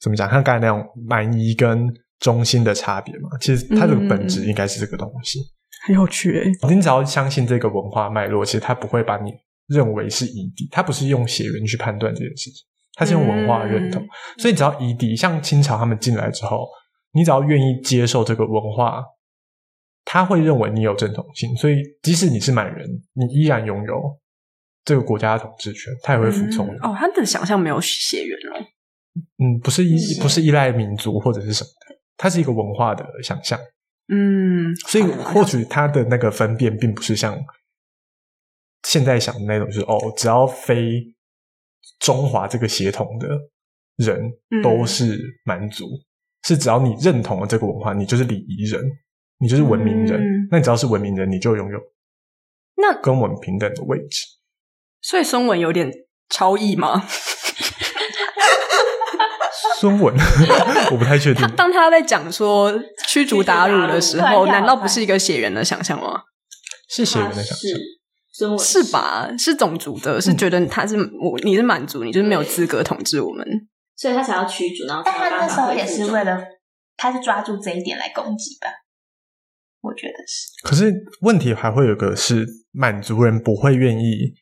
[SPEAKER 3] 怎么讲？像刚才那种蛮夷跟中心的差别嘛，其实它的本质应该是这个东西。
[SPEAKER 2] 很有趣欸，
[SPEAKER 3] 你只要相信这个文化脉络，其实它不会把你认为是夷狄，它不是用血缘去判断这件事情，它是用文化认同。所以只要夷狄，像清朝他们进来之后，你只要愿意接受这个文化，他会认为你有正统性，所以即使你是满人，你依然拥有这个国家的统治权，他也会服从你。
[SPEAKER 2] 哦，他的想象没有血缘哦，
[SPEAKER 3] 嗯，不是依
[SPEAKER 4] 是
[SPEAKER 3] 不是依赖民族或者是什么的，它是一个文化的想象，
[SPEAKER 2] 嗯，
[SPEAKER 3] 所以
[SPEAKER 2] 好的好的
[SPEAKER 3] 或许它的那个分辨并不是像现在想的那种，就是哦，只要非中华这个血统的人
[SPEAKER 2] 嗯
[SPEAKER 3] 都是蛮族，是只要你认同了这个文化，你就是礼仪人，你就是文明人，
[SPEAKER 2] 嗯
[SPEAKER 3] 那你只要是文明人，你就拥有
[SPEAKER 2] 那
[SPEAKER 3] 跟我们平等的位置。
[SPEAKER 2] 所以孙文有点超意吗？
[SPEAKER 3] 孙文， 我不太 确定
[SPEAKER 2] 他。当他在讲说驱逐鞑虏的时
[SPEAKER 5] 驱逐鞑
[SPEAKER 2] 候，
[SPEAKER 5] 虏
[SPEAKER 2] 难道不是一个血缘的想象吗？
[SPEAKER 3] 是血缘
[SPEAKER 5] 他
[SPEAKER 3] 的想
[SPEAKER 5] 是
[SPEAKER 3] 象，
[SPEAKER 5] 孙文
[SPEAKER 2] 是？吧？是种族的，
[SPEAKER 3] 嗯
[SPEAKER 2] 是觉得他是我，你是满族，你就是没有资格统治我们。
[SPEAKER 5] 所以他才要驱逐，然后
[SPEAKER 4] 但他
[SPEAKER 5] 才
[SPEAKER 4] 哦
[SPEAKER 5] 有
[SPEAKER 4] 那
[SPEAKER 5] 办
[SPEAKER 4] 时
[SPEAKER 5] 法
[SPEAKER 4] 候
[SPEAKER 5] 恢复
[SPEAKER 4] 也是
[SPEAKER 5] 中
[SPEAKER 4] 为了，他是抓住这一点来攻击吧？我觉得是。
[SPEAKER 3] 可是问题还会有个是，满族人不会愿意，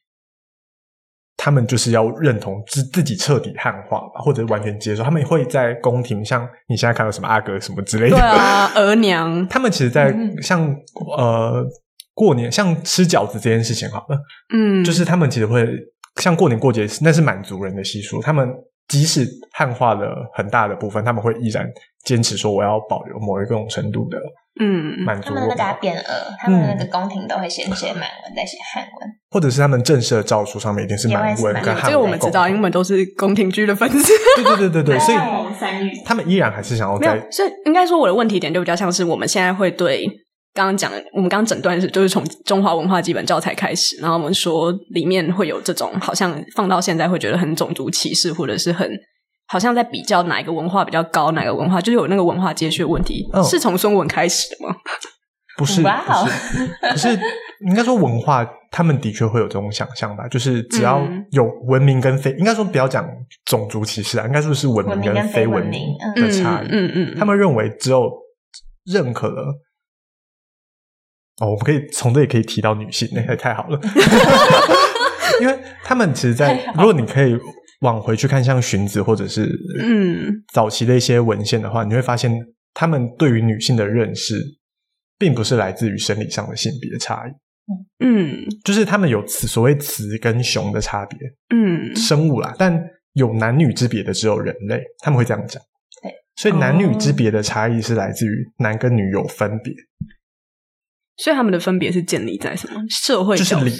[SPEAKER 3] 他们就是要认同自自己彻底汉化吧，或者完全接受。他们会在宫廷，像你现在看到什么阿哥什么之类
[SPEAKER 2] 对
[SPEAKER 3] 的，
[SPEAKER 2] 啊，额娘，
[SPEAKER 3] 他们其实在，
[SPEAKER 2] 嗯
[SPEAKER 3] 像呃过年，像吃饺子这件事情好了，
[SPEAKER 2] 嗯，
[SPEAKER 3] 就是他们其实会像过年过节，那是满族人的习俗，他们。即使汉化了很大的部分，他们会依然坚持说我要保留某一种程度的
[SPEAKER 2] 嗯，
[SPEAKER 3] 满
[SPEAKER 4] 他
[SPEAKER 3] 族
[SPEAKER 4] 们那
[SPEAKER 3] 文
[SPEAKER 4] 个
[SPEAKER 3] 化。
[SPEAKER 4] 打匾额，他们那个宫廷都会先写满文，再写汉文。
[SPEAKER 3] 或者是他们正式的诏书上面一定是满文
[SPEAKER 4] 也
[SPEAKER 3] 跟
[SPEAKER 4] 会是满文
[SPEAKER 3] 汉
[SPEAKER 2] 这
[SPEAKER 3] 文
[SPEAKER 2] 个我们知道，因为我们都是宫廷剧的粉 丝。
[SPEAKER 3] 对对对对对，
[SPEAKER 5] 对
[SPEAKER 3] 所以
[SPEAKER 5] 哦三语
[SPEAKER 3] 他们依然还是想要
[SPEAKER 2] 没
[SPEAKER 3] 在
[SPEAKER 2] 有，所以应该说我的问题点就比较像是我们现在会对刚刚讲的，我们刚刚诊断是就是从中华文化基本教材开始，然后我们说里面会有这种好像放到现在会觉得很种族歧视，或者是很好像在比较哪一个文化比较高，哪个文化就是有那个文化接续的问题，
[SPEAKER 3] 嗯
[SPEAKER 2] 是从孙文开始的吗？
[SPEAKER 3] 不是不
[SPEAKER 4] 哇哦
[SPEAKER 3] 是，可是应该说文化，他们的确会有这种想象吧，就是只要
[SPEAKER 2] 嗯
[SPEAKER 3] 有文明跟非，应该说不要讲种族歧视啊，应该说是文
[SPEAKER 4] 文
[SPEAKER 3] 明
[SPEAKER 4] 明跟非
[SPEAKER 3] 非
[SPEAKER 4] 文
[SPEAKER 3] 文
[SPEAKER 4] 明嗯
[SPEAKER 3] 的差异。
[SPEAKER 2] 嗯嗯嗯
[SPEAKER 3] 他们认为只有认可了。哦，我们可以从这里可以提到女性，那也太好了，因为他们其实在，如果你可以往回去看，像荀子或者是
[SPEAKER 2] 嗯
[SPEAKER 3] 早期的一些文献的话，你会发现他们对于女性的认识，并不是来自于生理上的性别差异，
[SPEAKER 2] 嗯
[SPEAKER 3] 就是他们有雌所谓雌跟雄的差别，
[SPEAKER 2] 嗯
[SPEAKER 3] 生物啦，但有男女之别的只有人类，他们会这样讲。
[SPEAKER 4] 对，
[SPEAKER 3] 所以男女
[SPEAKER 2] 哦
[SPEAKER 3] 之别的差异是来自于男跟女有分别，
[SPEAKER 2] 所以他们的分别是建立在什么社会
[SPEAKER 3] 就是
[SPEAKER 2] 角色
[SPEAKER 3] 礼，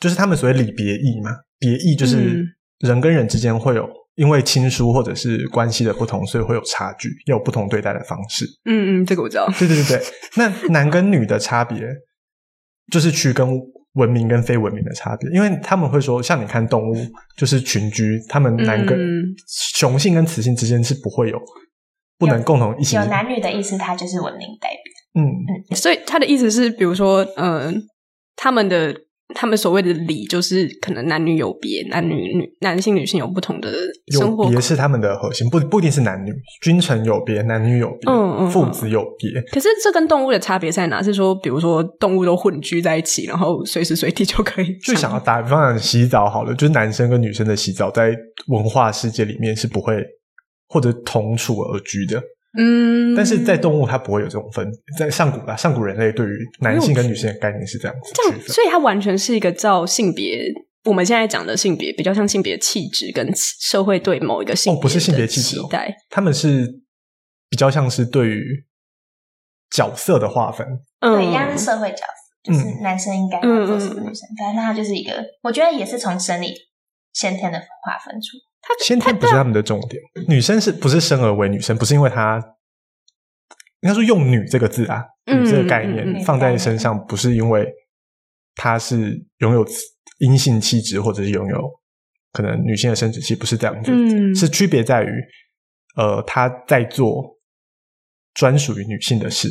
[SPEAKER 3] 就是他们所谓礼别义嘛。别义就是
[SPEAKER 2] 嗯
[SPEAKER 3] 人跟人之间会有因为亲疏或者是关系的不同，所以会有差距，要有不同对待的方式。
[SPEAKER 2] 嗯嗯，这个我知道。
[SPEAKER 3] 对对 对对，那男跟女的差别就是区跟文明跟非文明的差别，因为他们会说，像你看动物就是群居，他们男跟、
[SPEAKER 2] 嗯
[SPEAKER 3] 雄性跟雌性之间是不会有不能共同一起
[SPEAKER 4] 有男女的意思，它就是文明代表。
[SPEAKER 3] 嗯
[SPEAKER 2] 所以他的意思是，比如说，嗯、他们的他们所谓的礼，就是可能男女有别，男女女男性女性有不同的生活
[SPEAKER 3] 有。别是他们的核心，不不一定是男女，君臣有别，男女有别，
[SPEAKER 2] 嗯嗯
[SPEAKER 3] 父子有别，
[SPEAKER 2] 可是这跟动物的差别在哪？是说，比如说动物都混居在一起，然后随时随地就可以
[SPEAKER 3] 就想要打比方讲洗澡好了，就是男生跟女生的洗澡在文化世界里面是不会或者同处而居的，
[SPEAKER 2] 嗯，
[SPEAKER 3] 但是在动物它不会有这种分，在上古啊，上古人类对于男性跟女性的概念是这样子
[SPEAKER 2] 这
[SPEAKER 3] 区
[SPEAKER 2] 样，
[SPEAKER 3] 分。
[SPEAKER 2] 所以它完全是一个照性别。我们现在讲的性别比较像性别气质跟社会对某一个性
[SPEAKER 3] 哦不是
[SPEAKER 2] 的
[SPEAKER 3] 性别气质哦
[SPEAKER 2] 期待，
[SPEAKER 3] 他们是比较像是对于角色的划分，
[SPEAKER 4] 对，
[SPEAKER 2] 嗯
[SPEAKER 4] 一样是社会角色，就是男生应该要做什么，女生反正他就是一个，我觉得也是从生理先天的划分出。
[SPEAKER 3] 先天不是他们的重点。女生是不是生而为女生？不是因为她，应该说用“女”这个字啊，
[SPEAKER 2] 嗯
[SPEAKER 3] 女这个概念、
[SPEAKER 2] 嗯嗯嗯
[SPEAKER 3] 放在身上，不是因为她是拥有阴性气质，或者是拥有可能女性的生殖器，不是这样子，
[SPEAKER 2] 嗯
[SPEAKER 3] 是区别在于，呃，她在做专属于女性的事，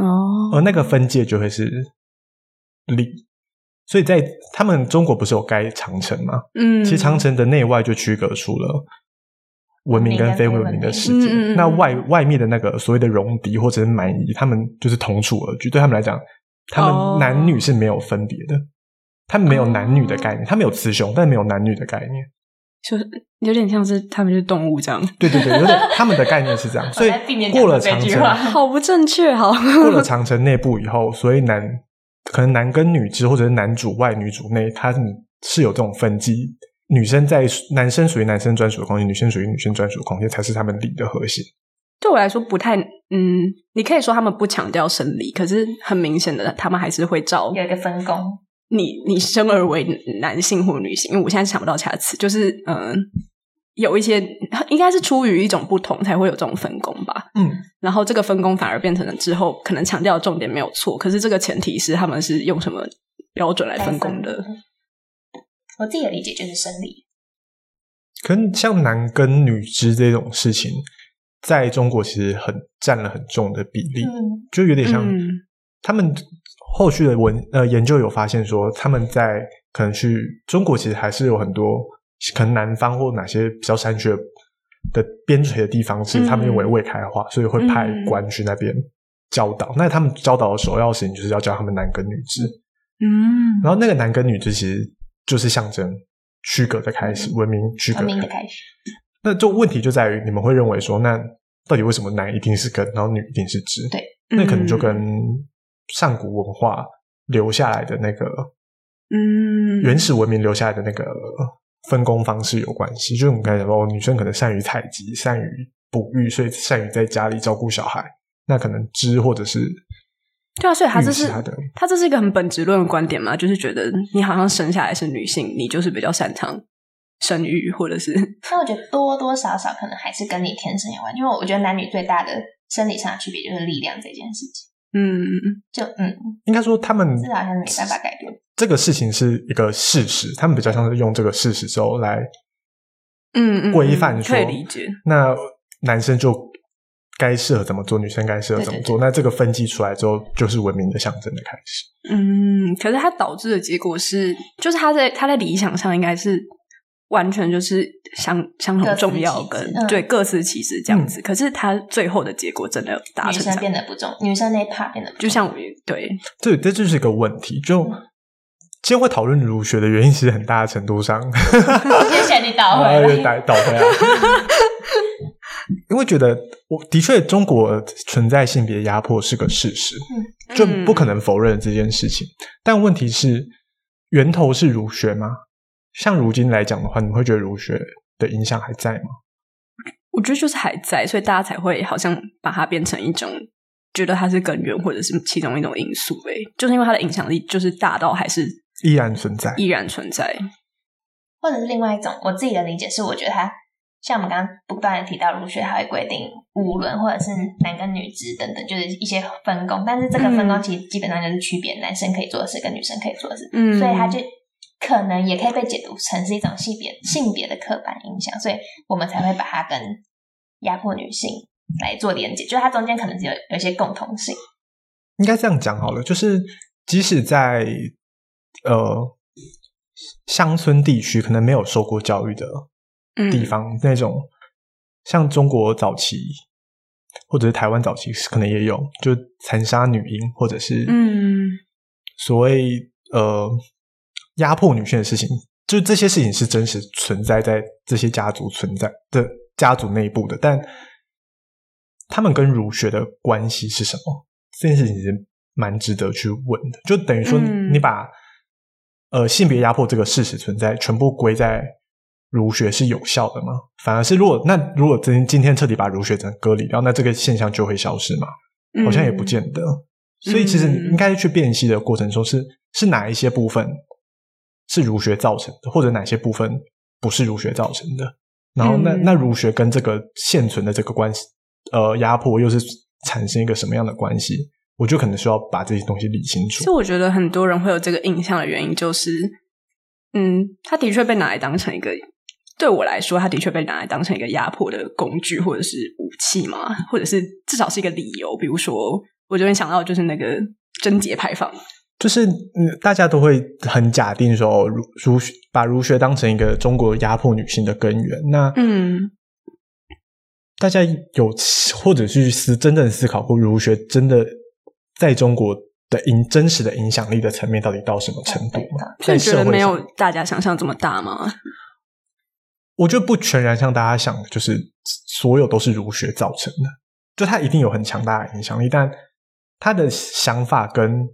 [SPEAKER 2] 哦，
[SPEAKER 3] 而那个分界就会是理。所以在他们中国不是有该长城吗？
[SPEAKER 2] 嗯，
[SPEAKER 3] 其实长城的内外就区隔出了文明跟非文明的世界。
[SPEAKER 2] 嗯嗯嗯
[SPEAKER 3] 那外外面的那个所谓的戎狄或者是蛮夷，他们就是同处而居，对他们来讲，他
[SPEAKER 2] 哦
[SPEAKER 3] 们男女是没有分别的，他们没有男女的概念，他们有雌雄，但没有男女的概念。
[SPEAKER 2] 就是有点像是他们就是动物这样，
[SPEAKER 3] 对对对，有点他们的概念是这样，所以
[SPEAKER 4] 我在避免讲
[SPEAKER 3] 过了
[SPEAKER 4] 出这
[SPEAKER 3] 长
[SPEAKER 4] 句
[SPEAKER 3] 城，
[SPEAKER 4] 话
[SPEAKER 2] 好不正确，好，
[SPEAKER 3] 过了长城内部以后，所以男可能男跟女之，或者是男主外女主内，它是有这种分级。女生在男生属于男生专属的空间，女生属于女生专属的空间，才是他们理的核心。
[SPEAKER 2] 对我来说不太，嗯，你可以说他们不强调生理，可是很明显的，他们还是会照
[SPEAKER 4] 有一个分工，
[SPEAKER 2] 你你生而为男性或女性，因为我现在想不到其他词，就是嗯、呃有一些应该是出于一种不同才会有这种分工吧。
[SPEAKER 3] 嗯，
[SPEAKER 2] 然后这个分工反而变成了之后可能强调的重点没有错，可是这个前提是他们是用什么标准来分工的？。
[SPEAKER 4] 我自己的理解就是生理，
[SPEAKER 3] 可能像男跟女之这种事情，在中国其实很占了很重的比例，
[SPEAKER 4] 嗯，
[SPEAKER 3] 就有点像、
[SPEAKER 2] 嗯
[SPEAKER 3] 他们后续的文呃研究有发现说，他们在呃可能去中国其实还是有很多可能南方或哪些比较山区的的边陲的地方是
[SPEAKER 2] 嗯
[SPEAKER 3] 他们认为未开化，所以会派官去那边
[SPEAKER 4] 嗯
[SPEAKER 3] 教导。那他们教导的首要事情就是要教他们男跟女制，
[SPEAKER 2] 嗯，
[SPEAKER 3] 然后那个男跟女制其实就是象征区隔的开始，文明区隔
[SPEAKER 4] 嗯文明的开始。
[SPEAKER 3] 那就问题就在于你们会认为说，那到底为什么男一定是根，然后女一定是枝？
[SPEAKER 4] 对，
[SPEAKER 2] 嗯
[SPEAKER 3] 那可能
[SPEAKER 4] 嗯
[SPEAKER 3] 就跟上古文化留下来的那个
[SPEAKER 2] 嗯
[SPEAKER 3] 原始文明留下来的那个分工方式有关系。就是我们刚才讲哦到，女生可能善于采集，善于哺育，所以善于在家里照顾小孩。那可能枝或者是
[SPEAKER 2] 对啊，所以他这
[SPEAKER 3] 育
[SPEAKER 2] 是
[SPEAKER 3] 他的
[SPEAKER 2] 他这是一个很本质论的观点嘛，就是觉得你好像生下来是女性，你就是比较擅长生育，或者是
[SPEAKER 4] 但我觉得多多少少可能还是跟你天生有关，因为我觉得男女最大的生理上的区别就是力量这件事情。
[SPEAKER 2] 嗯
[SPEAKER 4] 就嗯，
[SPEAKER 3] 应该说他们
[SPEAKER 4] 这好像没办法改变。
[SPEAKER 3] 这个事情是一个事实，他们比较像是用这个事实之后来
[SPEAKER 2] 嗯嗯
[SPEAKER 3] 规范
[SPEAKER 2] 嗯
[SPEAKER 3] 说
[SPEAKER 2] 可以理解。
[SPEAKER 3] 那男生就该适合怎么做，女生该适合怎么做。那这个分级出来之后，就是文明的象征的开始。
[SPEAKER 2] 嗯，可是它导致的结果是，就是他在他在理想上应该是完全就是相相同重要
[SPEAKER 4] 各
[SPEAKER 2] 跟
[SPEAKER 4] 司其职嗯
[SPEAKER 2] 对各司其职这
[SPEAKER 3] 嗯
[SPEAKER 2] 样子。可是他最后的结果真的达
[SPEAKER 4] 女
[SPEAKER 2] 成
[SPEAKER 4] 生
[SPEAKER 2] 这样，
[SPEAKER 4] 变得不重，女生那一 part 变得不重
[SPEAKER 2] 就像我对
[SPEAKER 3] 这这就是一个问题。就
[SPEAKER 4] 嗯
[SPEAKER 3] 今天会讨论儒学的原因，其实很大的程 度上，
[SPEAKER 4] 谢谢你倒
[SPEAKER 2] 哎
[SPEAKER 3] 啊，
[SPEAKER 4] 回
[SPEAKER 3] 又
[SPEAKER 4] 来。
[SPEAKER 3] 倒倒回来 了，因为觉得我的确中国存在性别压迫是个事实，
[SPEAKER 4] 嗯
[SPEAKER 3] 就不可能否认这件事情。但问题是，源头是儒学吗？像如今来讲的话，你们会觉得儒学的影响还在吗？
[SPEAKER 2] 我觉得就是还在，所以大家才会好像把它变成一种觉得它是根源或者是其中一种因素、欸。就是因为它的影响力就是大到还是
[SPEAKER 3] 依然存在。
[SPEAKER 2] 依然存在。
[SPEAKER 4] 或者是另外一种，我自己的理解是，我觉得它像我们刚刚不断的提到儒学，它会规定五伦或者是男跟女制等等，就是一些分工。但是这个分工
[SPEAKER 2] 嗯
[SPEAKER 4] 其实基本上就是区别男生可以做的事跟女生可以做的事，
[SPEAKER 2] 嗯，
[SPEAKER 4] 所以它就可能也可以被解读成是一种性别性别的刻板印象，所以我们才会把它跟压迫女性来做连接，就是它中间可能是有有一些共同性。
[SPEAKER 3] 应该这样讲好了，就是即使在呃乡村地区，可能没有受过教育的
[SPEAKER 2] 嗯
[SPEAKER 3] 地方，那种像中国早期或者是台湾早期，可能也有，就残杀女婴或者是
[SPEAKER 2] 嗯
[SPEAKER 3] 所谓呃压迫女性的事情，就这些事情是真实存在在这些家族存在的家族内部的，但他们跟儒学的关系是什么？这件事情其实蛮值得去问的。就等于说你，
[SPEAKER 2] 嗯
[SPEAKER 3] 你把呃性别压迫这个事实存在全部归在儒学是有效的吗？反而是如果那如果今今天彻底把儒学整个割离掉，那这个现象就会消失吗？
[SPEAKER 2] 嗯
[SPEAKER 3] 好像也不见得。所以其实你应该去辨析的过程中是，是哪一些部分是儒学造成的，或者哪些部分不是儒学造成的。然后那、
[SPEAKER 2] 嗯
[SPEAKER 3] 那儒学跟这个现存的这个关系，呃，压迫又是产生一个什么样的关系？我就可能需要把这些东西理清
[SPEAKER 2] 其
[SPEAKER 3] 楚
[SPEAKER 2] 实。我觉得很多人会有这个印象的原因，就是，嗯，他的确被拿来当成一个，对我来说，他的确被拿来当成一个压迫的工具或者是武器嘛，或者是至少是一个理由。比如说，我这边想到就是那个贞节牌坊，
[SPEAKER 3] 就是嗯，大家都会很假定说，哦儒儒学把儒学当成一个中国压迫女性的根源。那
[SPEAKER 2] 嗯，
[SPEAKER 3] 大家有或者去思真正思考过儒学真的在中国的影真实的影响力的层面到底到什么程度吗？
[SPEAKER 2] 就
[SPEAKER 3] 在
[SPEAKER 2] 觉
[SPEAKER 3] 社
[SPEAKER 2] 得
[SPEAKER 3] 会
[SPEAKER 2] 啊没
[SPEAKER 3] 上
[SPEAKER 2] 有，大家想象这么大吗？
[SPEAKER 3] 我觉得不全然像大家想的，就是所有都是儒学造成的，就它一定有很强大的影响力，但他的想法跟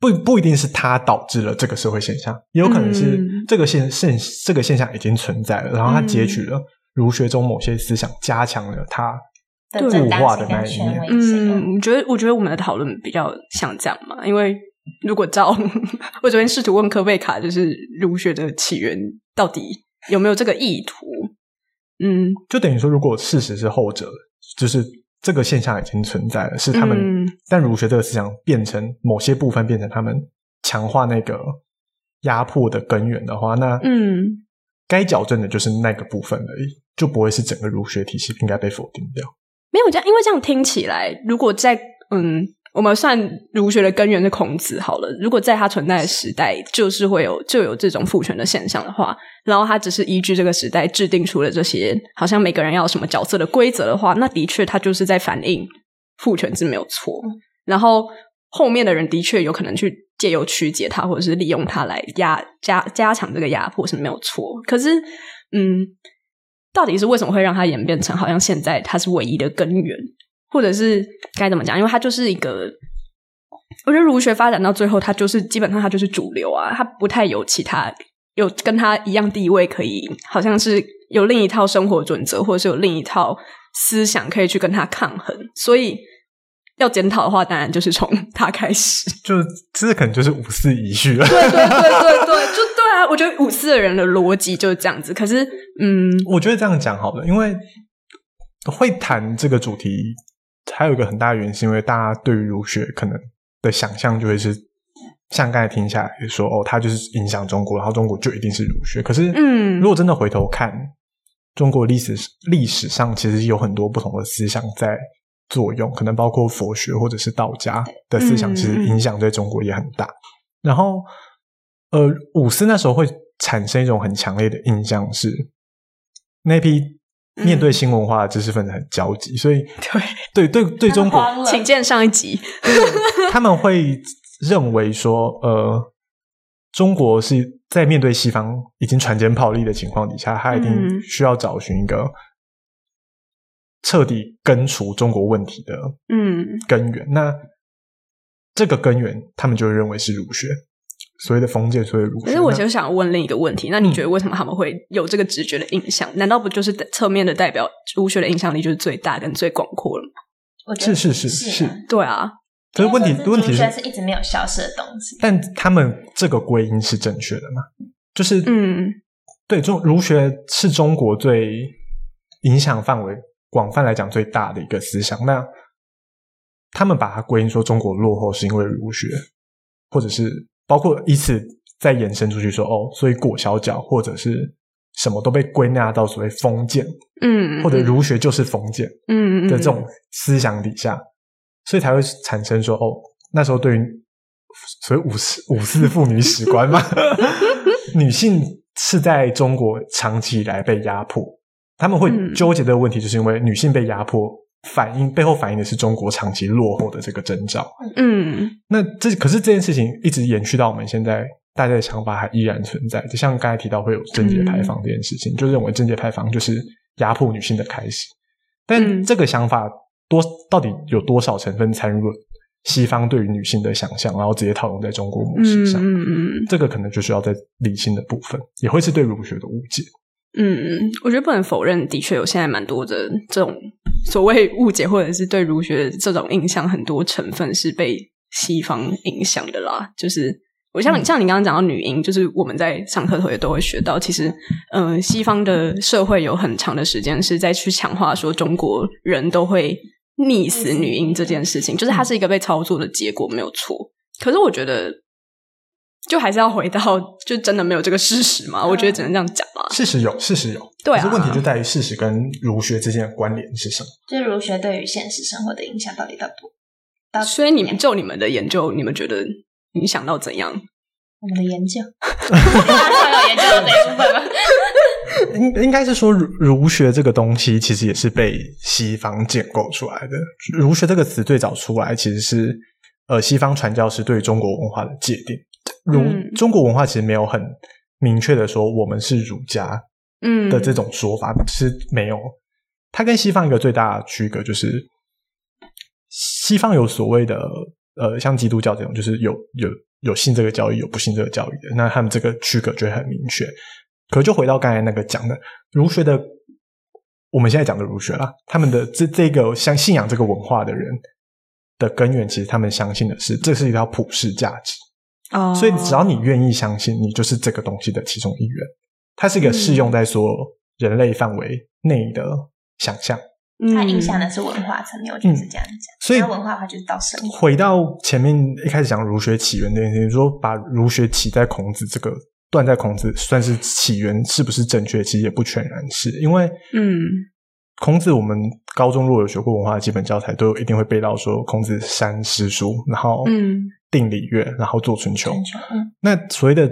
[SPEAKER 3] 不不一定是他导致了这个社会现象，也有可能是
[SPEAKER 2] 嗯
[SPEAKER 3] 这个现现这个现象已经存在了，然后他截
[SPEAKER 2] 嗯
[SPEAKER 3] 取了儒学中某些思想，加强了他
[SPEAKER 4] 的
[SPEAKER 3] 对
[SPEAKER 4] 正
[SPEAKER 3] 物
[SPEAKER 4] 当
[SPEAKER 3] 化的
[SPEAKER 4] 性
[SPEAKER 3] 那
[SPEAKER 4] 跟
[SPEAKER 3] 一
[SPEAKER 4] 权
[SPEAKER 3] 面
[SPEAKER 4] 威性。
[SPEAKER 2] 嗯，我觉得，我觉得我们的讨论比较像这样嘛，因为如果照 我昨天试图问科贝卡，就是儒学的起源到底有没有这个意图？嗯，
[SPEAKER 3] 就等于说，如果事实是后者，就是这个现象已经存在了，是他们、
[SPEAKER 2] 嗯
[SPEAKER 3] 但儒学这个思想变成某些部分变成他们强化那个压迫的根源的话，那
[SPEAKER 2] 嗯，
[SPEAKER 3] 该矫正的就是那个部分而已，就不会是整个儒学体系应该被否定掉。
[SPEAKER 2] 没有这样，因为这样听起来，如果在嗯，我们算儒学的根源是孔子好了，如果在他存在的时代，就是会有就有这种父权的现象的话，然后他只是依据这个时代制定出了这些好像每个人要有什么角色的规则的话，那的确他就是在反映父权是没有错，然后后面的人的确有可能去借由曲解它，或者是利用它来压加加强这个压迫是没有错。可是，嗯，到底是为什么会让它演变成好像现在它是唯一的根源，或者是该怎么讲？因为它就是一个，我觉得儒学发展到最后，它就是基本上它就是主流啊，它不太有其他有跟它一样地位可以，好像是有另一套生活准则，或者是有另一套思想可以去跟它抗衡，所以。要检讨的话，当然就是从它开始。
[SPEAKER 3] 就这可能就是五四遗绪了。
[SPEAKER 2] 对对对对，就对啊！我觉得五四的人的逻辑就是这样子。可是，嗯，
[SPEAKER 3] 我觉得这样讲好了，因为会谈这个主题，还有一个很大的原因，是因为大家对于儒学可能的想象就会是，像刚才听下来说，哦，它就是影响中国，然后中国就一定是儒学。可是，
[SPEAKER 2] 嗯
[SPEAKER 3] 如果真的回头看中国历史历史上，其实有很多不同的思想在作用，可能包括佛学或者是道家的思想，
[SPEAKER 2] 嗯
[SPEAKER 3] 其实影响对中国也很大。然后，呃，五四那时候会产生一种很强烈的印象是，那批
[SPEAKER 2] 嗯
[SPEAKER 3] 面对新文化的知识分子很焦急，所以对对对对中国
[SPEAKER 4] 慌 了
[SPEAKER 2] 请见上一集。
[SPEAKER 3] 他们会认为说，呃，中国是在面对西方已经船坚炮利的情况底下，他一定
[SPEAKER 2] 嗯
[SPEAKER 3] 需要找寻一个彻底根除中国问题的
[SPEAKER 2] 嗯
[SPEAKER 3] 根源。那这个根源，他们就会认为是儒学，所谓的封建，所谓的儒学。
[SPEAKER 2] 可是我嗯
[SPEAKER 3] 那
[SPEAKER 2] 就想问另一个问题，那你觉得为什么他们会有这个直觉的印象？难道不就是侧面的代表儒学的影响力就是最大跟最广阔了吗？
[SPEAKER 4] 我觉
[SPEAKER 3] 是
[SPEAKER 4] 得
[SPEAKER 3] 是是
[SPEAKER 4] 是
[SPEAKER 3] 是
[SPEAKER 4] 啊，
[SPEAKER 2] 对啊，
[SPEAKER 3] 可是问题问题
[SPEAKER 4] 是，
[SPEAKER 3] 是
[SPEAKER 4] 是一直没有消失的东西。
[SPEAKER 3] 但他们这个归因是正确的吗？就是
[SPEAKER 2] 嗯，
[SPEAKER 3] 对，中儒学是中国最影响范围广泛来讲最大的一个思想。那他们把它归因说中国落后是因为儒学，或者是包括以此再延伸出去说哦，所以裹小脚或者是什么都被归纳到所谓封建，
[SPEAKER 2] 嗯，
[SPEAKER 3] 或者儒学就是封建
[SPEAKER 2] 嗯嗯嗯
[SPEAKER 3] 的这种思想底下，所以才会产生说哦，那时候对于所谓五四五四妇女史 观嘛，女性是在中国长期以来被压迫，他们会
[SPEAKER 2] 嗯
[SPEAKER 3] 纠结这个问题，就是因为女性被压迫，反映背后反映的是中国长期落后的这个征兆。
[SPEAKER 2] 嗯
[SPEAKER 3] 那这可是这件事情一直延续到我们现在，大家的想法还依然存在。就像刚
[SPEAKER 2] 嗯
[SPEAKER 3] 才提到会有贞节牌坊这件事情，就认为贞节牌坊就是压迫女性的开始。但
[SPEAKER 2] 嗯
[SPEAKER 3] 这个想法多到底有多少成分参入西方对于女性的想象，然后直接套用在中国模式上？
[SPEAKER 2] 嗯嗯嗯
[SPEAKER 3] 这个可能就需要在理性的部分，也会是对儒学的误解。
[SPEAKER 2] 嗯，我觉得不能否认，的确有现在蛮多的这种所谓误解，或者是对儒学这种印象，很多成分是被西方影响的啦。就是我像、像你刚刚讲到女婴，就是我们在上课头也都会学到，其实呃，西方的社会有很长的时间是在去强化说中国人都会溺死女婴这件事情，就是它是一个被操作的结果，没有错。可是我觉得。就还是要回到，就真的没有这个事实嘛？我觉得只能这样讲嘛。
[SPEAKER 3] 事实有，事实有，
[SPEAKER 2] 对啊
[SPEAKER 3] 可是问题就在于事实跟儒学之间的关联是什么？
[SPEAKER 4] 就儒学对于现实生活的影响到底到不？到
[SPEAKER 2] 所以你们
[SPEAKER 4] 怎样
[SPEAKER 2] 就你们的研究，你们觉得影响到怎样？
[SPEAKER 4] 我们的研究，大家有研究到这一部分吗？
[SPEAKER 3] 应 应该是说儒儒学这个东西其实也是被西方建构出来的。儒学这个词最早出来其实是呃西方传教士对中国文化的界定。儒、
[SPEAKER 2] 嗯
[SPEAKER 3] 中国文化其实没有很明确的说我们是儒家
[SPEAKER 2] 嗯
[SPEAKER 3] 的这种说法，是没有。它跟西方一个最大的区隔就是，西方有所谓的呃像基督教这种，就是有有有信这个教义，有不信这个教义的，那他们这个区隔就会很明确。可就回到刚才那个讲的儒学的，我们现在讲的儒学啦，他们的这这个像信仰这个文化的人的根源，其实他们相信的是这是一条普世价值，
[SPEAKER 2] 哦
[SPEAKER 3] 所以只要你愿意相信，你就是这个东西的其中一员。它是一个适用在所有人类范围内的想象。
[SPEAKER 4] 它影响的是文化层面，我觉得是这样讲。
[SPEAKER 3] 嗯所以
[SPEAKER 4] 那文化的话就是到生活，
[SPEAKER 3] 回到前面一开始讲儒学起源这件事情，说把儒学起在孔子这个断在孔子算是起源，是不是正确？其实也不全然是，因为
[SPEAKER 2] 嗯
[SPEAKER 3] 孔子我们高中如果有学过文化的基本教材，都一定会背到说孔子三诗书，然后
[SPEAKER 2] 嗯
[SPEAKER 3] 定礼乐，然后做春秋。
[SPEAKER 4] 全球，嗯，
[SPEAKER 3] 那所谓的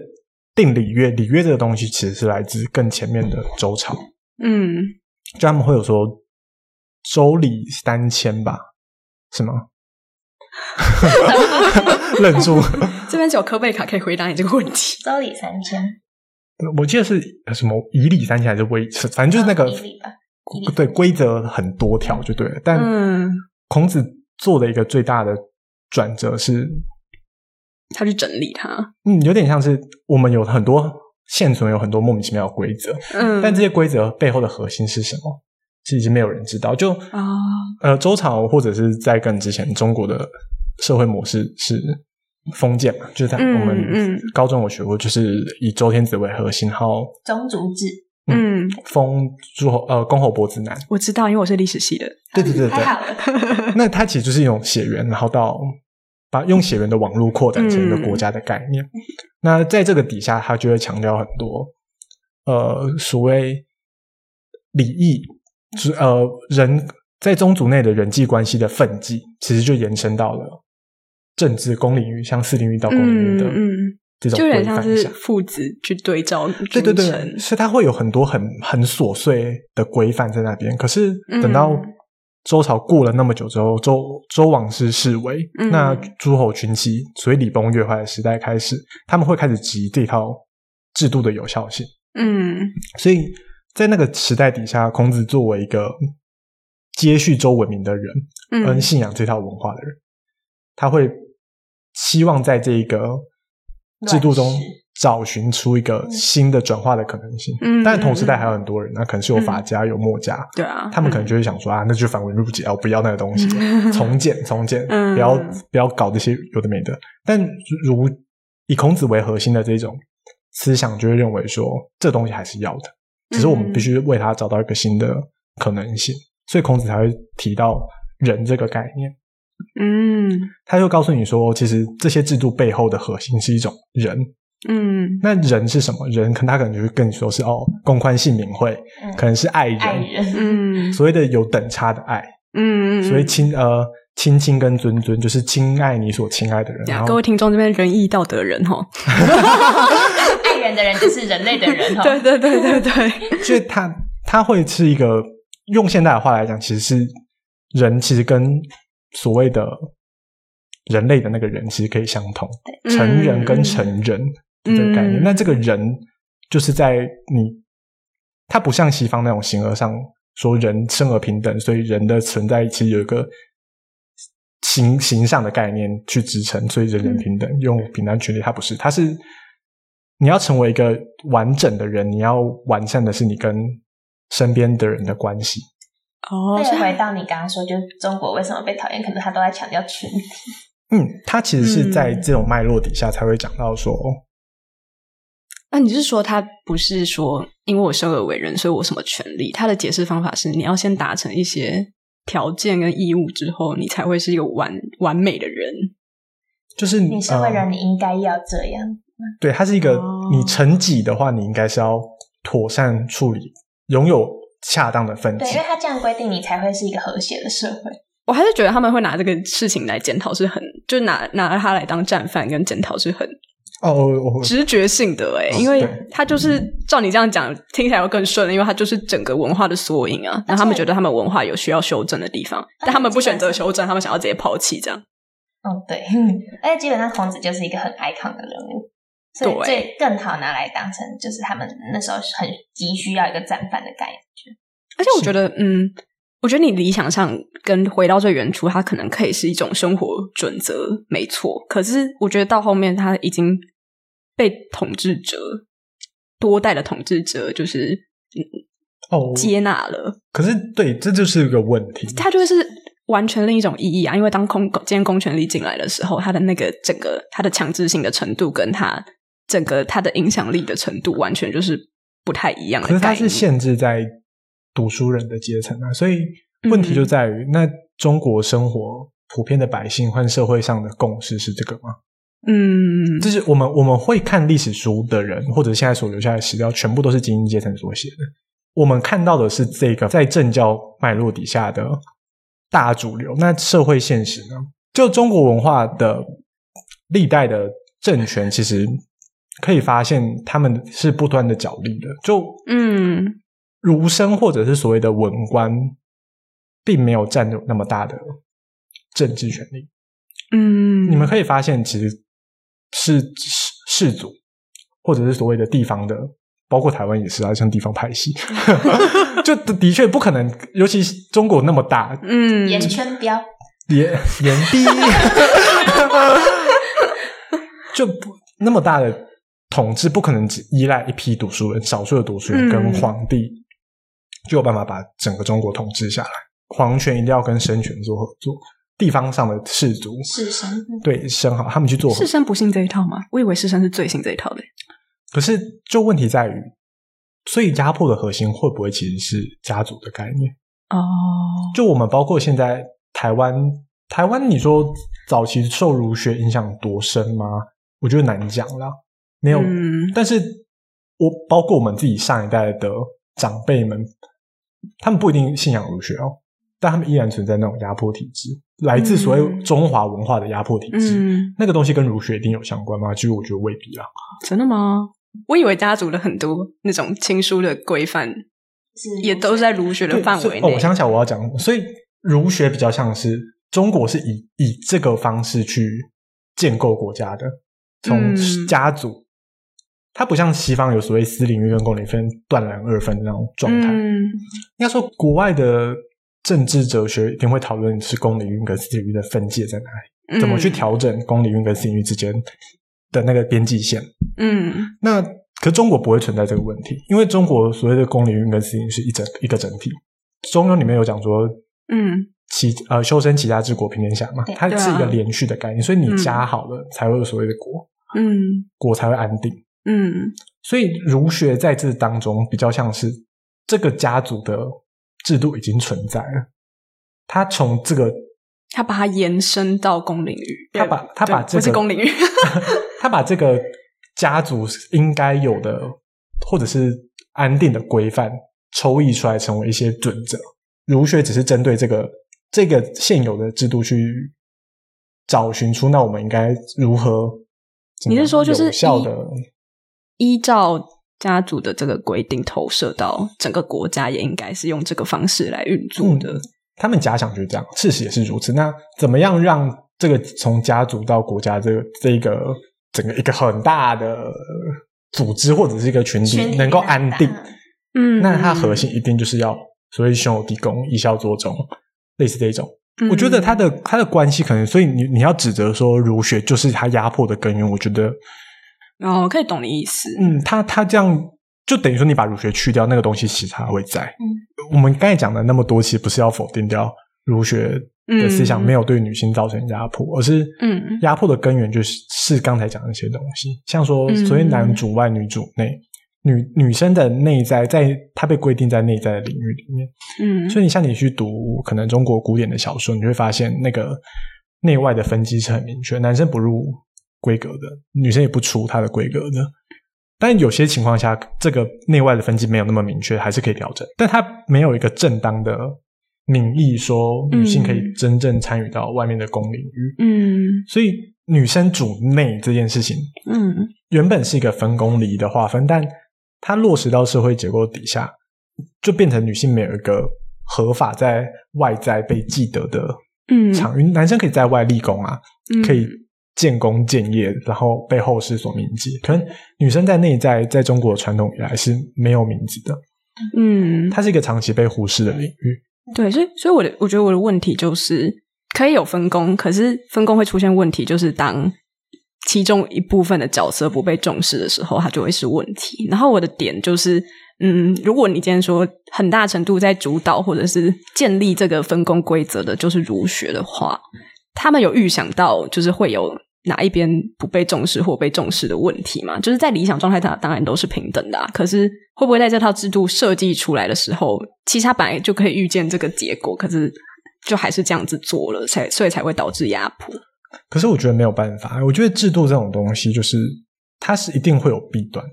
[SPEAKER 3] 定礼乐，礼乐这个东西其实是来自更前面的周朝。
[SPEAKER 2] 嗯，
[SPEAKER 3] 就他们会有说周礼三千吧，是吗？愣住，
[SPEAKER 2] 这边只有科贝卡可以回答你这个问题。
[SPEAKER 4] 周礼三千，
[SPEAKER 3] 我记得是什么以礼三千还是微，反正就是那个、
[SPEAKER 4] 啊以礼吧以礼
[SPEAKER 3] 对规则很多条就对了。但
[SPEAKER 2] 嗯，
[SPEAKER 3] 孔子做的一个最大的转折是，
[SPEAKER 2] 他去整理它。
[SPEAKER 3] 嗯，有点像是我们有很多现存有很多莫名其妙的规则，
[SPEAKER 2] 嗯，
[SPEAKER 3] 但这些规则背后的核心是什么？其实没有人知道。就
[SPEAKER 2] 哦
[SPEAKER 3] 呃，周朝或者是在更之前，中国的社会模式是封建嘛，就是在
[SPEAKER 2] 嗯
[SPEAKER 3] 我们
[SPEAKER 2] 嗯
[SPEAKER 3] 高中有学过，就是以周天子为核心，然后
[SPEAKER 4] 宗族制，
[SPEAKER 2] 嗯，
[SPEAKER 3] 封诸侯呃公侯伯子男。
[SPEAKER 2] 我知道，因为我是历史系 的。
[SPEAKER 3] 对对对
[SPEAKER 4] 太
[SPEAKER 3] 对，
[SPEAKER 4] 好了，
[SPEAKER 3] 那它其实就是一种血缘，然后到把用血缘的网络扩展成一个
[SPEAKER 2] 嗯
[SPEAKER 3] 国家的概念。那在这个底下，它就会强调很多呃所谓礼义，就是呃人在宗族内的人际关系的分际，其实就延伸到了政治公领域，像四领域到公领域
[SPEAKER 2] 嗯
[SPEAKER 3] 的
[SPEAKER 2] 嗯，
[SPEAKER 3] 这种
[SPEAKER 2] 就有
[SPEAKER 3] 规
[SPEAKER 2] 点像
[SPEAKER 3] 范
[SPEAKER 2] 是
[SPEAKER 3] 下。
[SPEAKER 2] 父子去对照
[SPEAKER 3] 对对
[SPEAKER 2] 君
[SPEAKER 3] 对，
[SPEAKER 2] 臣
[SPEAKER 3] 所以它会有很多很很琐碎的规范在那边。可是等到
[SPEAKER 2] 嗯
[SPEAKER 3] 周朝过了那么久之后，周周王室视为、
[SPEAKER 2] 嗯
[SPEAKER 3] 那诸侯群起，所以礼崩乐坏的时代开始，他们会开始质疑这套制度的有效性。
[SPEAKER 2] 嗯
[SPEAKER 3] 所以在那个时代底下，孔子作为一个接续周文明的人，
[SPEAKER 2] 嗯
[SPEAKER 3] 跟呃信仰这套文化的人，他会希望在这个制度中
[SPEAKER 4] 乱世
[SPEAKER 3] 找寻出一个新的转化的可能性。
[SPEAKER 2] 嗯
[SPEAKER 3] 但同时代还有很多人，那可能是有法家、有墨家，
[SPEAKER 2] 对啊，
[SPEAKER 3] 他们可能就会想说啊，那就繁文缛节，我不要那个东西，从简从简，
[SPEAKER 2] 嗯
[SPEAKER 3] 不要不要搞这些有的没的。但如以孔子为核心的这种思想，就会认为说这东西还是要的，只是我
[SPEAKER 4] 嗯
[SPEAKER 3] 们必须为它找到一个新的可能性，所以孔子才会提到人这个概念。
[SPEAKER 2] 嗯
[SPEAKER 3] 他就告诉你说，其实这些制度背后的核心是一种人。
[SPEAKER 2] 嗯
[SPEAKER 3] 那人是什么？人可他可能就会跟你说是哦，公宽性民会，
[SPEAKER 4] 嗯
[SPEAKER 3] 可能是爱人，
[SPEAKER 4] 爱人，
[SPEAKER 2] 嗯
[SPEAKER 3] 所谓的有等差的爱。
[SPEAKER 2] 嗯嗯，
[SPEAKER 3] 所以亲呃亲亲跟尊尊就是亲爱你所亲爱的人，
[SPEAKER 2] 呀
[SPEAKER 3] 然
[SPEAKER 2] 各
[SPEAKER 3] 后
[SPEAKER 2] 位听众这边仁义道德人哦，
[SPEAKER 4] 爱人的人就是人类的 人哦。
[SPEAKER 2] 对对对对对，
[SPEAKER 3] 所以他他会是一个用现代的话来讲，其实是人其实跟所谓的人类的那个人其实可以相同，成人跟成人的这个概念。
[SPEAKER 2] 嗯
[SPEAKER 3] 那这个人就是在你，他不像西方那种形而上说人生而平等，所以人的存在其实有一个形形象的概念去支撑，所以人人平等。用平等权利，它不是，它是你要成为一个完整的人，你要完善的是你跟身边的人的关系。
[SPEAKER 2] 哦，
[SPEAKER 4] 那
[SPEAKER 2] 所
[SPEAKER 4] 也
[SPEAKER 2] 以
[SPEAKER 4] 回到你刚刚说，就是中国为什么被讨厌，可能他都在强调群体。
[SPEAKER 3] 嗯，它其实是在
[SPEAKER 4] 嗯
[SPEAKER 3] 这种脉络底下才会讲到说，哦
[SPEAKER 2] 那你是说他不是说因为我生而为人，所以我什么权利？他的解释方法是你要先达成一些条件跟义务之后，你才会是一个完完美的人。
[SPEAKER 3] 就是
[SPEAKER 4] 你身为
[SPEAKER 3] 呃
[SPEAKER 4] 人，你应该要这样。
[SPEAKER 3] 对，它是一个、
[SPEAKER 2] 哦
[SPEAKER 3] 你成己的话，你应该是要妥善处理，拥有恰当的分
[SPEAKER 4] 对，
[SPEAKER 3] 际
[SPEAKER 4] 因为。他这样规定，你才会是一个和谐的社会。
[SPEAKER 2] 我还是觉得他们会拿这个事情来检讨，是很就拿拿他来当战犯跟检讨是很
[SPEAKER 3] 哦，我我
[SPEAKER 2] 直觉性的哎、
[SPEAKER 3] 哦
[SPEAKER 2] 因为
[SPEAKER 3] 对
[SPEAKER 2] 他就是照你这样讲，听起来会更顺了，因为他就是整个文化的缩影啊。然后他们觉得他们文化有需要修正的地方，但他们不选择修正，他们想要直接抛弃这样。
[SPEAKER 4] 嗯，对，嗯， 而且基本上孔子就是一个很 icon 的人物，所以
[SPEAKER 2] 对
[SPEAKER 4] 最更好拿来当成就是他们那时候很急需要一个战犯的概念。
[SPEAKER 2] 而且我觉得，嗯，我觉得你理想上跟回到最原初，它可能可以是一种生活准则，没错。可是我觉得到后面，它已经被统治者多代的统治者就是嗯
[SPEAKER 3] 哦，我
[SPEAKER 2] 接纳了，
[SPEAKER 3] 可是对，这就是一个问题。
[SPEAKER 2] 它就会是完全另一种意义啊。因为当公今天公权力进来的时候，它的那个整个它的强制性的程度，跟它整个它的影响力的程度，完全就是不太一样的
[SPEAKER 3] 可是它
[SPEAKER 2] 概
[SPEAKER 3] 是
[SPEAKER 2] 念。
[SPEAKER 3] 限制在读书人的阶层啊，所以问题就在于，那中国生活普遍的百姓和社会上的共识是这个吗？
[SPEAKER 2] 嗯，
[SPEAKER 3] 就是我们我们会看历史书的人，或者现在所留下的史料，全部都是精英阶层所写的。我们看到的是这个在政教脉络底下的大主流。那社会现实呢？就中国文化的历代的政权，其实可以发现他们是不断的角力的。就
[SPEAKER 2] 嗯。
[SPEAKER 3] 儒生或者是所谓的文官，并没有占有那么大的政治权利。
[SPEAKER 2] 嗯，
[SPEAKER 3] 你们可以发现，其实是氏氏族，或者是所谓的地方的，包括台湾也是啊，像地方派系， 就的的确不可能，尤其是中国那么大，
[SPEAKER 2] 嗯，
[SPEAKER 4] 颜圈标，
[SPEAKER 3] 严严逼， 就不那么大的统治，不可能只依赖一批读书人，少数的读书人跟
[SPEAKER 2] 嗯
[SPEAKER 3] 皇帝就有办法把整个中国统治下来。皇权一定要跟神权做合作，地方上的士族
[SPEAKER 4] 士绅，嗯
[SPEAKER 3] 对生好，他们去做合
[SPEAKER 2] 士绅不信这一套吗？我以为士绅是最信这一套的。
[SPEAKER 3] 可是，就问题在于，所以压迫的核心会不会其实是家族的概念？
[SPEAKER 2] 哦，
[SPEAKER 3] 就我们包括现在台湾，台湾你说早期受儒学影响多深吗？我觉得难讲啦，没有。
[SPEAKER 2] 嗯
[SPEAKER 3] 但是我包括我们自己上一代的长辈们，他们不一定信仰儒学哦，但他们依然存在那种压迫体制，来自所谓
[SPEAKER 2] 嗯
[SPEAKER 3] 中华文化的压迫体制。
[SPEAKER 2] 嗯，
[SPEAKER 3] 那个东西跟儒学一定有相关吗？其实我觉得未必啦。
[SPEAKER 2] 真的吗？我以为家族的很多那种亲疏的规范，
[SPEAKER 4] 是
[SPEAKER 2] 也都是在儒学的
[SPEAKER 3] 对
[SPEAKER 2] 范
[SPEAKER 3] 所以
[SPEAKER 2] 围
[SPEAKER 3] 哦，
[SPEAKER 2] 内。
[SPEAKER 3] 我想起来我要讲，所以儒学比较像是中国是以以这个方式去建构国家的，从
[SPEAKER 2] 嗯
[SPEAKER 3] 家族，它不像西方有所谓私领域跟公领域分断然二分的那种状态。
[SPEAKER 2] 嗯
[SPEAKER 3] 应该说，国外的政治哲学一定会讨论是公领域跟私领域的分界在哪里，
[SPEAKER 2] 嗯
[SPEAKER 3] 怎么去？调整公领域跟私领域之间的那个边际线。
[SPEAKER 2] 嗯
[SPEAKER 3] 那可中国不会存在这个问题，因为中国所谓的公领域跟私领域是一整一个整体。中庸里面有讲说，
[SPEAKER 2] 嗯
[SPEAKER 3] 其呃修身齐家治国平天下嘛
[SPEAKER 4] 对，
[SPEAKER 3] 它
[SPEAKER 2] 对啊
[SPEAKER 3] 是一个连续的概念，所以你
[SPEAKER 2] 嗯
[SPEAKER 3] 家好了才会有所谓的国，
[SPEAKER 2] 嗯
[SPEAKER 3] 国才会安定。
[SPEAKER 2] 嗯
[SPEAKER 3] 所以儒学在这当中比较像是这个家族的制度已经存在了，他从这个
[SPEAKER 2] 他把它延伸到公领域，
[SPEAKER 3] 他把他把
[SPEAKER 2] 对
[SPEAKER 3] 这
[SPEAKER 2] 不是
[SPEAKER 3] 个
[SPEAKER 2] 公领域，
[SPEAKER 3] 他把这个家族应该有的或者是安定的规范抽绎出来，成为一些准则。儒学只是针对这个这个现有的制度去找寻出，那我们应该如何？怎么
[SPEAKER 2] 你
[SPEAKER 3] 样
[SPEAKER 2] 是说就是
[SPEAKER 3] 有效的？
[SPEAKER 2] 依依照家族的这个规定投射到整个国家，也应该是用这个方式来运作的。
[SPEAKER 3] 他们假想就是这样，事实也是如此。那怎么样让这个从家族到国家这个这个整个一个很大的组织或者是一个群体
[SPEAKER 4] 群体
[SPEAKER 3] 能够
[SPEAKER 4] 很
[SPEAKER 3] 安
[SPEAKER 4] 大
[SPEAKER 3] 定？
[SPEAKER 2] 嗯，
[SPEAKER 3] 那它核心一定就是要所谓兄友弟恭、以孝作忠，类似这一种。
[SPEAKER 2] 嗯
[SPEAKER 3] 我觉得他的他的关系可能，所以你你要指责说儒学就是他压迫的根源，我觉得
[SPEAKER 2] 哦，可以懂你意思。
[SPEAKER 3] 嗯，他他这样就等于说你把儒学去掉，那个东西其实它会在。
[SPEAKER 2] 嗯
[SPEAKER 3] 我们刚才讲的那么多，其实不是要否定掉儒学的思想
[SPEAKER 2] 嗯
[SPEAKER 3] 没有对女性造成压迫，而是
[SPEAKER 2] 嗯
[SPEAKER 3] 压迫的根源就是是刚才讲的那些东西，像说
[SPEAKER 2] 嗯
[SPEAKER 3] 所谓男主外女主内。女女生的内在，在她被规定在内在的领域里面，
[SPEAKER 2] 嗯，
[SPEAKER 3] 所以你像你去读可能中国古典的小说，你会发现那个内外的分级是很明确，男生不入规格的，女生也不出她的规格的。但有些情况下，这个内外的分级没有那么明确，还是可以调整。但它没有一个正当的名义说女性可以真正参与到外面的公领域，
[SPEAKER 2] 嗯
[SPEAKER 3] 所以女生主内这件事情
[SPEAKER 2] 嗯
[SPEAKER 3] 原本是一个分工离的划分，但它落实到社会结构底下，就变成女性没有一个合法在外在被记得的
[SPEAKER 2] 嗯，
[SPEAKER 3] 场域。男生可以在外立功啊，
[SPEAKER 2] 嗯
[SPEAKER 3] 可以建功建业，然后被后世所铭记。可能女生在内在，在中国传统以来是没有名字的，
[SPEAKER 2] 嗯，
[SPEAKER 3] 它是一个长期被忽视的领域。
[SPEAKER 2] 对，所以所以我的我觉得我的问题就是可以有分工，可是分工会出现问题，就是当其中一部分的角色不被重视的时候，它就会是问题。然后我的点就是，嗯，如果你今天说很大程度在主导或者是建立这个分工规则的就是儒学的话，他们有预想到就是会有。哪一边不被重视或被重视的问题嘛？就是在理想状态，它当然都是平等的、啊。可是会不会在这套制度设计出来的时候，其实它本来就可以预见这个结果，可是就还是这样子做了，才所以才会导致压迫。
[SPEAKER 3] 可是我觉得没有办法，我觉得制度这种东西就是它是一定会有弊端。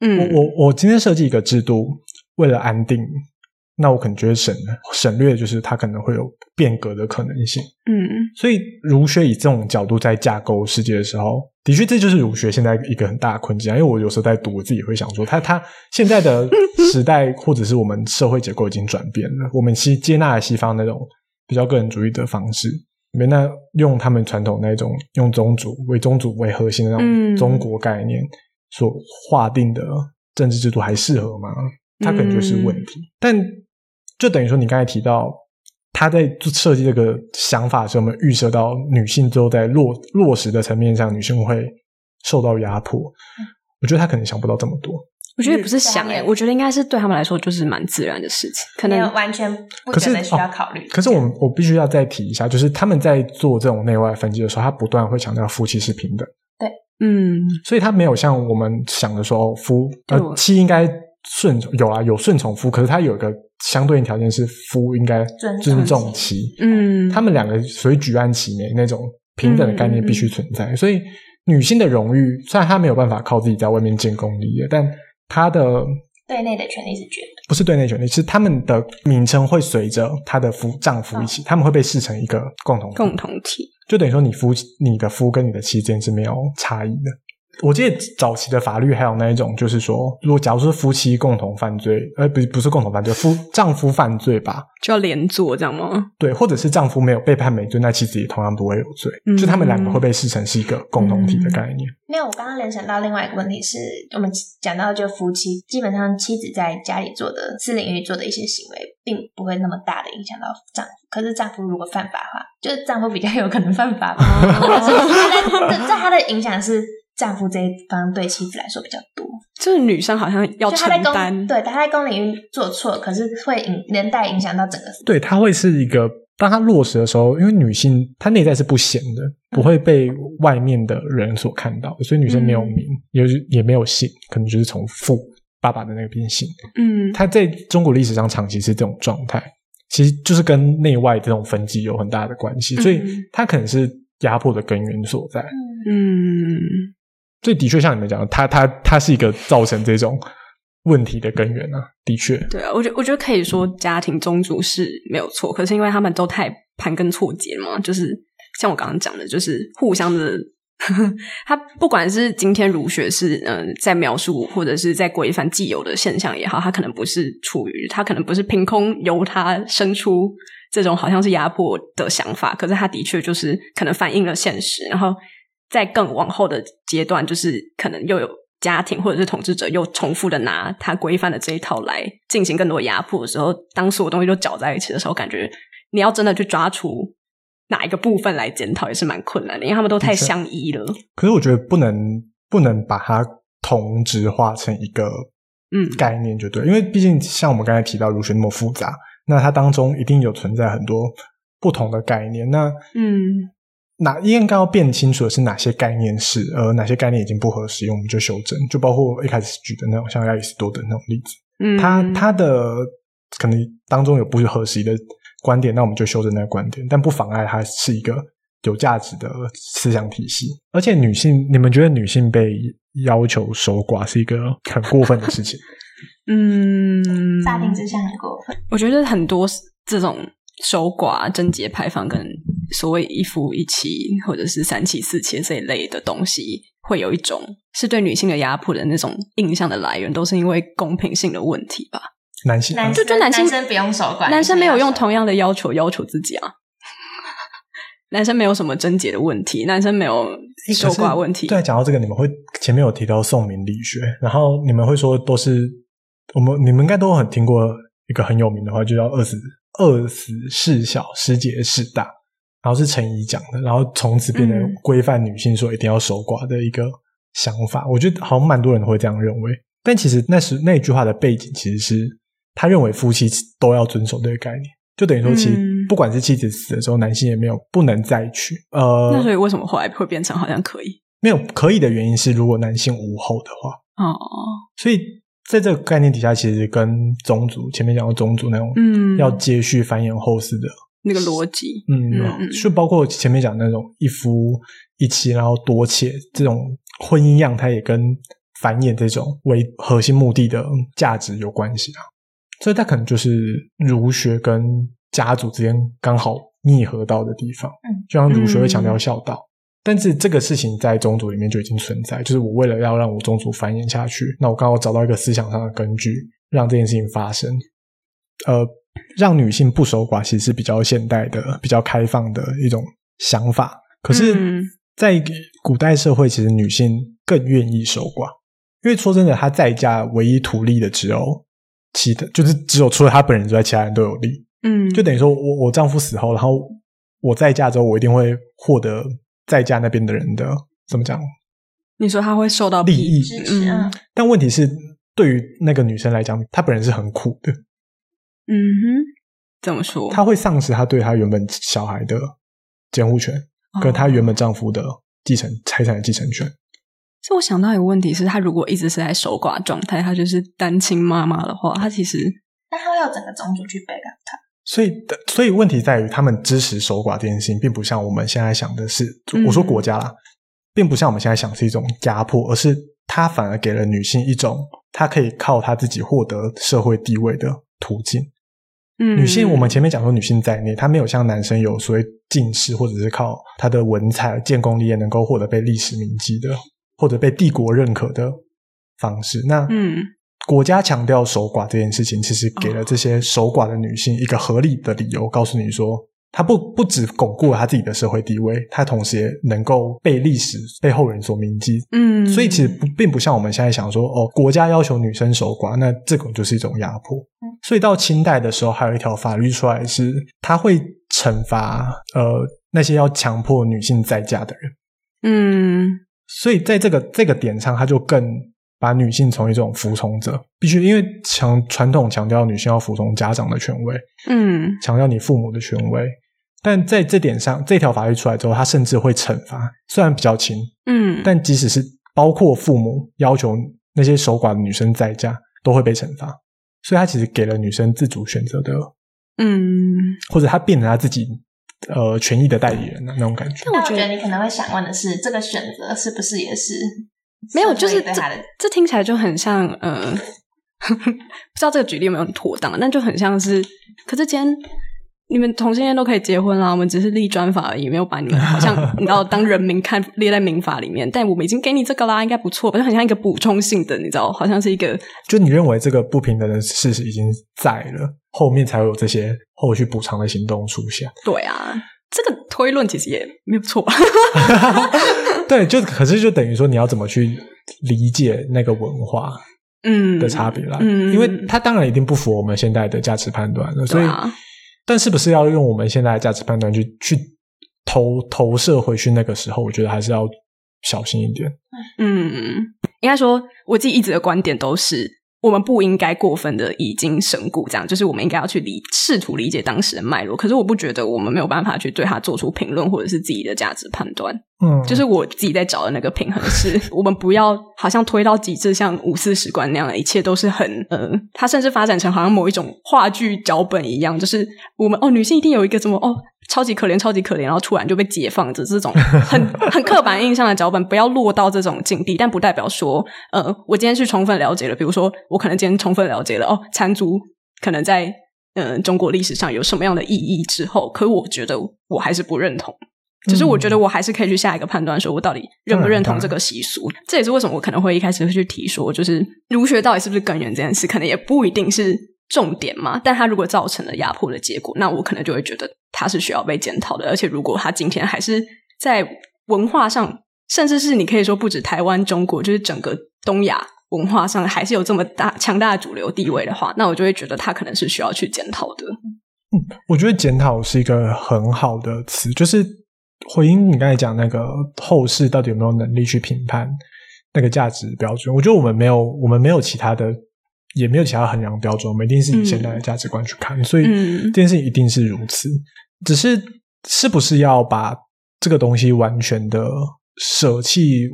[SPEAKER 3] 我
[SPEAKER 2] 嗯，
[SPEAKER 3] 我我今天设计一个制度，为了安定，那我可能就会省省略，就是它可能会有变革的可能性。
[SPEAKER 2] 嗯
[SPEAKER 3] 所以儒学以这种角度在架构世界的时候，的确这就是儒学现在一个很大的困境啊。因为我有时候在读，我自己会想说，它它现在的时代或者是我们社会结构已经转变了，我们西接纳了西方那种比较个人主义的方式。没那用他们传统那种用宗族为宗族为核心的那
[SPEAKER 2] 嗯
[SPEAKER 3] 种中国概念所划定的政治制度还适合吗？它可能就是问题。但就等于说，你刚才提到他在做设计这个想法的时候，我们预设到女性之后在落落实的层面上，女性会受到压迫。我觉得他可能想不到这么多。
[SPEAKER 2] 我觉得也不是想
[SPEAKER 4] 嗯
[SPEAKER 2] 哎、我觉得应该是对他们来说就是蛮自然的事情，可
[SPEAKER 4] 没有
[SPEAKER 2] 能
[SPEAKER 4] 完全不
[SPEAKER 3] 可
[SPEAKER 4] 觉
[SPEAKER 3] 是
[SPEAKER 4] 得需要
[SPEAKER 3] 哦
[SPEAKER 4] 考虑。
[SPEAKER 3] 可是我们我必须要再提一下，就是他们在做这种内外分析的时候，他不断会强调夫妻是平等，
[SPEAKER 2] 嗯
[SPEAKER 3] 所以他没有像我们想的说哦夫
[SPEAKER 2] 对我
[SPEAKER 3] 呃妻应该顺从有啊有顺从夫，可是他有一个相对应条件是夫应该
[SPEAKER 4] 尊重
[SPEAKER 3] 尊重
[SPEAKER 4] 妻
[SPEAKER 3] 妻。
[SPEAKER 2] 嗯，
[SPEAKER 3] 他们两个属于举案齐眉那种平等的概念必须存在。所以女性的荣誉，虽然她没有办法靠自己在外面建功立业，但她的
[SPEAKER 4] 对内的权利是绝对，
[SPEAKER 3] 不是对内权利，是他们的名称会随着她的夫丈夫一起，他们会被视成一个共同体
[SPEAKER 2] 共同体，
[SPEAKER 3] 就等于说你夫你的夫跟你的妻之间是没有差异的。我记得早期的法律还有那一种，就是说，如果假如说夫妻共同犯罪，呃，不是不是共同犯罪，夫丈夫犯罪吧，
[SPEAKER 2] 就要连坐这样吗？
[SPEAKER 3] 对，或者是丈夫没有被判没罪，那妻子也同样不会有罪。
[SPEAKER 2] 嗯
[SPEAKER 3] 就他们两个会被视成是一个共同体的概念。
[SPEAKER 4] 没有，我刚刚联想到另外一个问题是，我们讲到就夫妻，基本上妻子在家里做的私领域做的一些行为，并不会那么大的影响到丈夫。可是丈夫如果犯法的话，就是丈夫比较有可能犯法吧。
[SPEAKER 3] 哦
[SPEAKER 4] 所以他在在他的影响是丈夫这一方对妻子来说比较多，
[SPEAKER 2] 就是女生好像要
[SPEAKER 4] 就他在
[SPEAKER 2] 哦承
[SPEAKER 4] 公
[SPEAKER 2] 担，
[SPEAKER 4] 对他在公领域做错，可是会影连带影响到整个
[SPEAKER 2] 嗯
[SPEAKER 3] 对，它会是一个，当它落实的时候，因为女性她内在是不显的，不会被外面的人所看到，所以女生没
[SPEAKER 2] 嗯
[SPEAKER 3] 有名，也就是也没有姓，可能就是从父爸爸的那边姓。
[SPEAKER 2] 嗯
[SPEAKER 3] 它在中国历史上长期是这种状态，其实就是跟内外这种分级有很大的关系，所以
[SPEAKER 2] 嗯
[SPEAKER 3] 它可能是压迫的根源所在。
[SPEAKER 2] 嗯
[SPEAKER 3] 所以的确像你们讲的，它它它是一个造成这种问题的根源啊，的确。
[SPEAKER 2] 对啊，我觉我觉得可以说家庭宗族是没有错，可是因为他们都太盘根错节了嘛，就是像我刚刚讲的，就是互相的。 他不管是今天儒学是嗯、呃在描述或者是在规范既有的现象也好，他可能不是处于他可能不是凭空由他生出这种好像是压迫的想法，可是他的确就是可能反映了现实，然后在更往后的阶段，就是可能又有家庭或者是统治者又重复的拿他规范的这一套来进行更多的压迫的时候，当所有东西都搅在一起的时候，感觉你要真的去抓出哪一个部分来检讨也是蛮困难的，因为他们都太
[SPEAKER 3] 的确
[SPEAKER 2] 相依了。
[SPEAKER 3] 可是我觉得不能不能把它同质化成一个
[SPEAKER 2] 嗯
[SPEAKER 3] 概念就对，因为毕竟像我们刚才提到儒学那么复杂，那它当中一定有存在很多不同的概念。那
[SPEAKER 2] 嗯
[SPEAKER 3] 哪应该要辨清楚的是哪些概念是，呃，哪些概念已经不合适用，我们就修正。就包括一开始举的那种像亚里士多德那种例子，
[SPEAKER 2] 嗯，
[SPEAKER 3] 他他的可能当中有不合时宜的观点，那我们就修正那个观点，但不妨碍它是一个有价值的思想体系。而且女性，你们觉得女性被要求守寡是一个很过分的事情？
[SPEAKER 2] 嗯
[SPEAKER 4] 乍听之下很过分，
[SPEAKER 2] 我觉得很多这种守寡、贞节牌坊跟所谓一夫一妻或者是三妻四妾这一类的东西，会有一种是对女性的压迫的那种印象的来源，都是因为公平性的问题吧？
[SPEAKER 3] 男性
[SPEAKER 4] 男
[SPEAKER 2] 就就男
[SPEAKER 4] 男
[SPEAKER 2] 性
[SPEAKER 4] 生不用守管，
[SPEAKER 2] 男生没有用同
[SPEAKER 4] 样
[SPEAKER 2] 样的要求要求自己啊。男生没有什么贞洁的问题，男生没有
[SPEAKER 3] 诶
[SPEAKER 2] 守
[SPEAKER 3] 可是
[SPEAKER 2] 寡问题。
[SPEAKER 3] 对，讲到这个，你们会前面有提到宋明理学，然后你们会说都是我们你们应该都很听过一个很有名的话，就叫“饿死饿死事小，失节事大”，然后是陈怡讲的，然后从此变
[SPEAKER 2] 嗯
[SPEAKER 3] 成规范女性说一定要守寡的一个想法。我觉得好像蛮多人会这样认为，但其实那时那句话的背景其实是他认为夫妻都要遵守这个概念。就等于说，其实
[SPEAKER 2] 嗯
[SPEAKER 3] 不管是妻子死的时候，男性也没有不能再娶。呃，
[SPEAKER 2] 那所以为什么后来会变成好像可以？
[SPEAKER 3] 没有可以的原因是，如果男性无后的话，
[SPEAKER 2] 哦，
[SPEAKER 3] 所以在这个概念底下，其实跟宗族前面讲到宗族那种，
[SPEAKER 2] 嗯
[SPEAKER 3] 要接续繁衍后世的，
[SPEAKER 2] 那个逻辑，
[SPEAKER 3] 嗯，
[SPEAKER 2] 嗯
[SPEAKER 3] 就包括前面讲那种一夫一妻，然后多妾这种婚姻样态，也跟繁衍这种为核心目的的价值有关系啊。所以它可能就是儒学跟家族之间刚好逆合到的地方。
[SPEAKER 4] 嗯，
[SPEAKER 3] 就像儒学会强调孝道，但是这个事情在宗族里面就已经存在，就是我为了要让我宗族繁衍下去，那我刚好找到一个思想上的根据，让这件事情发生。呃，让女性不守寡，其实是比较现代的、比较开放的一种想法。可
[SPEAKER 2] 嗯
[SPEAKER 3] 是，在古代社会，其实女性更愿意守寡，因为说真的，她在家唯一图利的只有其他，就是只有除了她本人之外，其他人都有利。
[SPEAKER 2] 嗯，
[SPEAKER 3] 就等于说我我丈夫死后，然后我在家之后，我一定会获得在家那边的人的怎么讲
[SPEAKER 2] 你说他会受到
[SPEAKER 3] 利
[SPEAKER 2] 批
[SPEAKER 3] 益。
[SPEAKER 4] 支持，嗯，
[SPEAKER 3] 但问题是，对于那个女生来讲，她本人是很苦的，
[SPEAKER 2] 嗯哼，怎么说？
[SPEAKER 3] 她会丧失她对她原本小孩的监护权，跟她原本丈夫的继承财产的继承权。
[SPEAKER 2] 所以我想到一个问题是，她如果一直是在守寡状态，她就是单亲妈妈的话，她其实
[SPEAKER 4] 那他会有整个种族去背叛他，
[SPEAKER 3] 所以，所以问题在于，他们支持守寡这件事情，并不像我们现在想的是，
[SPEAKER 2] 嗯
[SPEAKER 3] 我说国家啦，并不像我们现在想是一种压迫，而是它反而给了女性一种她可以靠她自己获得社会地位的途径。
[SPEAKER 2] 嗯，
[SPEAKER 3] 女性，我们前面讲说，女性在内，她没有像男生有所谓进士，或者是靠她的文采、建功立业能够获得被历史铭记的，或者被帝国认可的方式。那，
[SPEAKER 2] 嗯，
[SPEAKER 3] 国家强调守寡这件事情，其实给了这些守寡的女性一个合理的理由，告诉你说，她不不只巩固了她自己的社会地位，她同时也能够被历史、被后人所铭记。
[SPEAKER 2] 嗯，
[SPEAKER 3] 所以，其实不并不像我们现在想说，哦，国家要求女生守寡，那这种就是一种压迫。所以到清代的时候，还有一条法律出来是，他会惩罚呃那些要强迫女性在家的人。
[SPEAKER 2] 嗯
[SPEAKER 3] 所以在这个这个点上，他就更把女性从一种服从者，必须因为强传统强调女性要服从家长的权威，
[SPEAKER 2] 嗯
[SPEAKER 3] 强调你父母的权威。但在这点上，这条法律出来之后，他甚至会惩罚，虽然比较轻，
[SPEAKER 2] 嗯，
[SPEAKER 3] 但即使是包括父母要求那些守寡的女生在家，都会被惩罚。所以，他其实给了女生自主选择的，
[SPEAKER 2] 嗯，
[SPEAKER 3] 或者她变成她自己呃权益的代理人的那种感觉。
[SPEAKER 2] 但
[SPEAKER 4] 但
[SPEAKER 2] 我
[SPEAKER 4] 我
[SPEAKER 2] 觉
[SPEAKER 4] 觉
[SPEAKER 2] 得
[SPEAKER 4] 得你可能会想问的是，这个选择是不是也是
[SPEAKER 2] 没有，
[SPEAKER 4] 社
[SPEAKER 2] 就
[SPEAKER 4] 会
[SPEAKER 2] 是
[SPEAKER 4] 对
[SPEAKER 2] 这
[SPEAKER 4] 他的
[SPEAKER 2] 这听起来就很像，呃， 不知道这个举例有没有很妥当，啊但就很像是，可是今天你们同性恋都可以结婚啦，我们只是立专法而已，没有把你们好 像你知道当人民看列在民法里面，但我们已经给你这个啦，应该不错吧，就很像一个补充性的，你知道，好像是一个
[SPEAKER 3] 就你认为这个不平等的事实已经在了，后面才会有这些后续补偿的行动出现。
[SPEAKER 2] 对啊，这个推论其实也没有错吧？
[SPEAKER 3] 对，就可是就等于说你要怎么去理解那个文化
[SPEAKER 2] 嗯
[SPEAKER 3] 的差别啦，
[SPEAKER 2] 嗯
[SPEAKER 3] 因为它当然一定不符合我们现在的价值判断了，所
[SPEAKER 2] 对
[SPEAKER 3] 以、
[SPEAKER 2] 啊
[SPEAKER 3] 但是不是要用我们现在的价值判断去去投投射回去那个时候，我觉得还是要小心一点。
[SPEAKER 2] 嗯，应该说我自己一直的观点都是，我们不应该过分的以经神固，这样就是我们应该要去理试图理解当时的脉络。可是我不觉得我们没有办法去对它做出评论或者是自己的价值判断。
[SPEAKER 3] 嗯，
[SPEAKER 2] 就是我自己在找的那个平衡是，我们不要好像推到极致，像五四十观那样的一切都是很呃，它甚至发展成好像某一种话剧脚本一样，就是我们哦，女性一定有一个什么哦，超级可怜，超级可怜，然后突然就被解放着这种很很刻板印象的脚本，不要落到这种境地，但不代表说呃，我今天去充分了解了，比如说我可能今天充分了解了哦，缠足可能在。嗯，中国历史上有什么样的意义之后，可我觉得我还是不认同。只是我觉得我还是可以去下一个判断，说我到底认不认同这个习俗。这也是为什么我可能会一开始会去提说，就是儒学到底是不是根源这件事，可能也不一定是重点嘛。但它如果造成了压迫的结果，那我可能就会觉得它是需要被检讨的。而且如果它今天还是在文化上，甚至是你可以说不止台湾、中国，就是整个东亚文化上还是有这么大强大的主流地位的话，那我就会觉得它可能是需要去检讨的。
[SPEAKER 3] 我觉得检讨是一个很好的词，就是回应你刚才讲那个后世到底有没有能力去评判那个价值标准。我觉得我们没有，我们没有其他的，也没有其他衡量标准，我们一定是以现在的价值观去看，所以
[SPEAKER 2] 嗯
[SPEAKER 3] 这件事一定是如此。只是是不是要把这个东西完全的舍弃，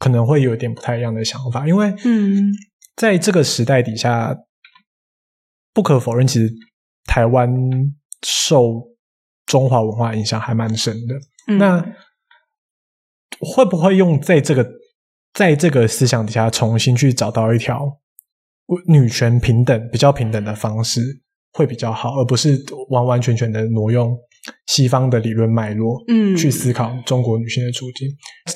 [SPEAKER 3] 可能会有一点不太一样的想法，因为
[SPEAKER 2] 嗯
[SPEAKER 3] 在这个时代底下，不可否认，其实台湾受中华文化影响还蛮深的。
[SPEAKER 2] 嗯
[SPEAKER 3] 那会不会用在这个在这个思想底下重新去找到一条女权平等、比较平等的方式会比较好，而不是完完全全的挪用西方的理论脉络，
[SPEAKER 2] 嗯
[SPEAKER 3] 去思考中国女性的处境。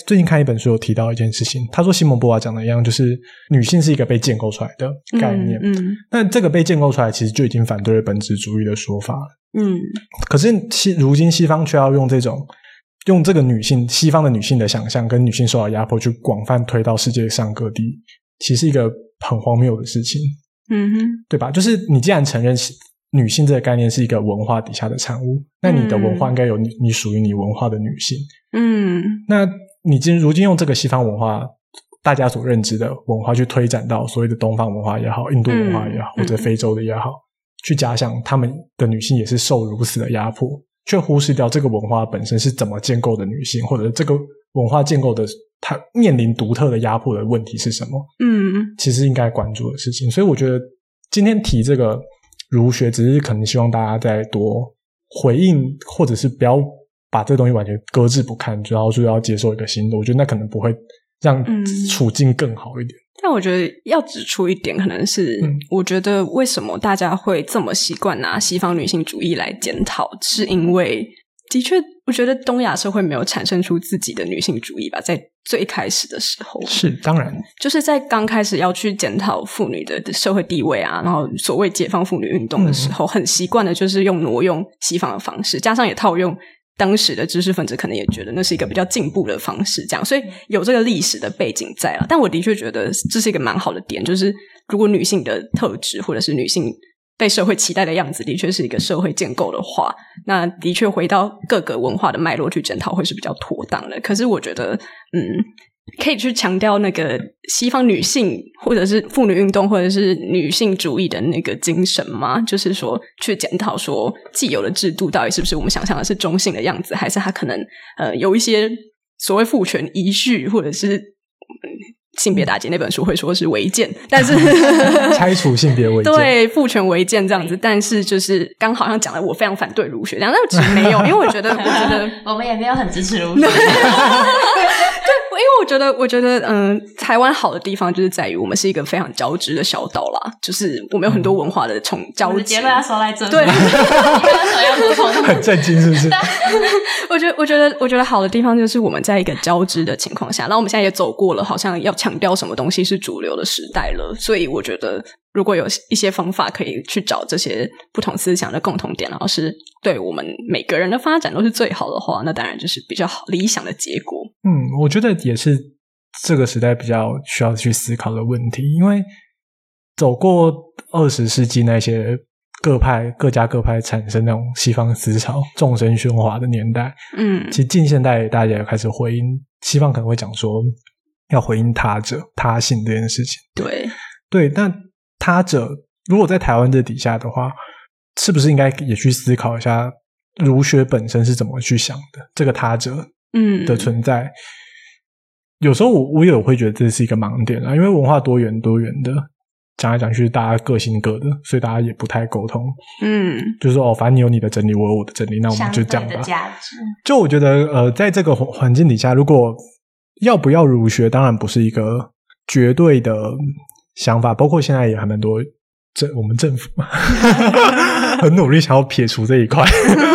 [SPEAKER 3] 最近看一本书有提到一件事情，他说西蒙波娃讲的一样，就是女性是一个被建构出来的概念，
[SPEAKER 2] 嗯嗯
[SPEAKER 3] 但这个被建构出来其实就已经反对了本质主义的说法了。
[SPEAKER 2] 嗯
[SPEAKER 3] 可是西如今西方却要用这种用这个女性西方的女性的想象跟女性受到压迫去广泛推到世界上各地，其实是一个很荒谬的事情，
[SPEAKER 2] 嗯哼。
[SPEAKER 3] 对吧？就是你既然承认是女性这个概念是一个文化底下的产物，那你的文化应该有你你属于你文化的女性。
[SPEAKER 2] 嗯
[SPEAKER 3] 那你今如今用这个西方文化，大家所认知的文化去推展到所谓的东方文化也好，印度文化也好，
[SPEAKER 2] 嗯
[SPEAKER 3] 或者非洲的也好，去假想他们的女性也是受如此的压迫，却忽视掉这个文化本身是怎么建构的女性，或者是这个文化建构的它面临独特的压迫的问题是什么，
[SPEAKER 2] 嗯
[SPEAKER 3] 其实应该关注的事情。所以我觉得今天提这个儒学，只是可能希望大家再多回应，或者是不要把这东西完全搁置不看，然后就要接受一个新的。我觉得那可能不会让
[SPEAKER 2] 嗯
[SPEAKER 3] 处境更好一点。
[SPEAKER 2] 但我觉得要指出一点，可能是、
[SPEAKER 3] 嗯
[SPEAKER 2] 我觉得为什么大家会这么习惯拿西方女性主义来检讨，是因为的确，我觉得东亚社会没有产生出自己的女性主义吧，在最开始的时候，
[SPEAKER 3] 是，当然，
[SPEAKER 2] 就是在刚开始要去检讨妇女的社会地位啊，然后所谓解放妇女运动的时候，很习惯的就是用挪用西方的方式，加上也套用当时的知识分子可能也觉得那是一个比较进步的方式，这样，所以有这个历史的背景在了。但我的确觉得这是一个蛮好的点，就是如果女性的特质或者是女性。被社会期待的样子，的确是一个社会建构的话，那的确回到各个文化的脉络去检讨会是比较妥当的。可是我觉得，嗯，可以去强调那个西方女性或者是妇女运动或者是女性主义的那个精神吗？就是说去检讨说既有的制度到底是不是我们想象的是中性的样子，还是它可能呃有一些所谓父权遗绪或者是。嗯性别打击那本书会说是违建，但是
[SPEAKER 3] 拆除性别 为鉴。
[SPEAKER 2] 对父权违建这样子，但是就是刚好像讲了我非常反对儒学这样，但其实没有，因为我觉得，我觉得，
[SPEAKER 4] 我们也没有很支持如此。
[SPEAKER 2] 因为我觉得，我觉得，嗯，台湾好的地方就是在于我们是一个非常交织的小岛啦，就是我们有很多文化的重交
[SPEAKER 4] 我的
[SPEAKER 2] 集
[SPEAKER 4] 结。论啊要收来这里。
[SPEAKER 2] 对，
[SPEAKER 4] 要补充。
[SPEAKER 3] 很震惊，是不是？
[SPEAKER 2] 我觉得，我觉得，我觉得好的地方就是我们在一个交织的情况下，然后我们现在也走过了，好像要强调什么东西是主流的时代了，所以我觉得如果有一些方法可以去找这些不同思想的共同点，然后是对我们每个人的发展都是最好的话，那当然就是比较好理想的结果。
[SPEAKER 3] 嗯，我觉得也是这个时代比较需要去思考的问题，因为走过二十世纪那些各派各家各派产生那种西方思潮众生喧哗的年代，
[SPEAKER 2] 嗯
[SPEAKER 3] 其实近现代大家也开始回应西方可能会讲说要回应他者他性这件事情。
[SPEAKER 2] 对，
[SPEAKER 3] 对，那他者如果在台湾这底下的话，是不是应该也去思考一下儒学本身是怎么去想的？这个他者
[SPEAKER 2] 嗯
[SPEAKER 3] 的存在。有时候我我也会觉得这是一个盲点啊，因为文化多元多元的，讲来讲去大家各性各的，所以大家也不太沟通。
[SPEAKER 2] 嗯
[SPEAKER 3] 就是说哦，反正你有你的整理，我有我的整理，那我们
[SPEAKER 4] 相
[SPEAKER 3] 就
[SPEAKER 4] 对
[SPEAKER 3] 这样
[SPEAKER 4] 的
[SPEAKER 3] 吧。
[SPEAKER 4] 价值，
[SPEAKER 3] 就我觉得呃，在这个环环境底下，如果要不要儒学，当然不是一个绝对的想法，包括现在也还蛮多。政我们政府 很努力想要撇除这一块，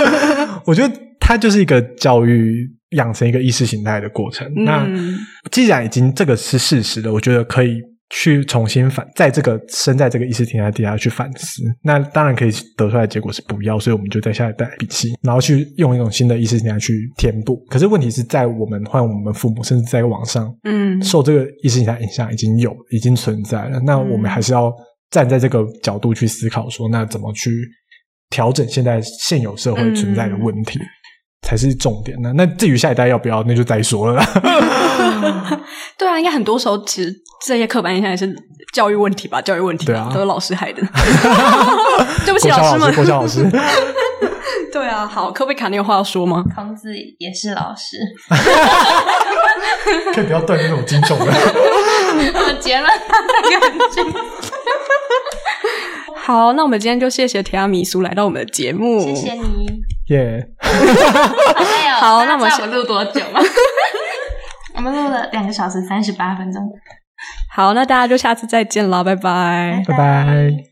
[SPEAKER 3] 我觉得它就是一个教育养成一个意识形态的过程。那
[SPEAKER 2] 嗯
[SPEAKER 3] 既然已经这个是事实了，我觉得可以去重新反，在这个身在这个意识形态底下去反思。那当然可以得出来的结果是不要，所以我们就在下一代摒弃，然后去用一种新的意识形态去填补。可是问题是在我们换我们父母，甚至在网上
[SPEAKER 2] 嗯
[SPEAKER 3] 受这个意识形态影响已经有已经存在了。
[SPEAKER 2] 嗯
[SPEAKER 3] 那我们还是要站在这个角度去思考说那怎么去调整现在现有社会存在的问题。
[SPEAKER 2] 嗯
[SPEAKER 3] 才是重点呢、那至于下一代要不要，那就再说了啦。
[SPEAKER 2] 对啊，应该很多时候其实这些刻板印象也是教育问题吧，教育问题吧
[SPEAKER 3] 对啊
[SPEAKER 2] 都是老师害 的。 对 不起，
[SPEAKER 3] 国小
[SPEAKER 2] 老师
[SPEAKER 3] 老
[SPEAKER 2] 们，
[SPEAKER 3] 师，国小老师，
[SPEAKER 2] 对啊，好，科贝卡，你有话要说吗？
[SPEAKER 4] 孔子也是老师。
[SPEAKER 3] 可以不要断那种惊悚的。
[SPEAKER 4] 我结论
[SPEAKER 2] 好，那我们今天就谢谢提亚米苏来到我们的节目，
[SPEAKER 4] 谢谢你。
[SPEAKER 3] 耶，
[SPEAKER 4] 哎呦
[SPEAKER 2] 好那我们
[SPEAKER 4] 知道我们录多久吗？我们录了两个小时三十八分钟。
[SPEAKER 2] 好，那大家就下次再见啦，拜拜。
[SPEAKER 3] 拜拜。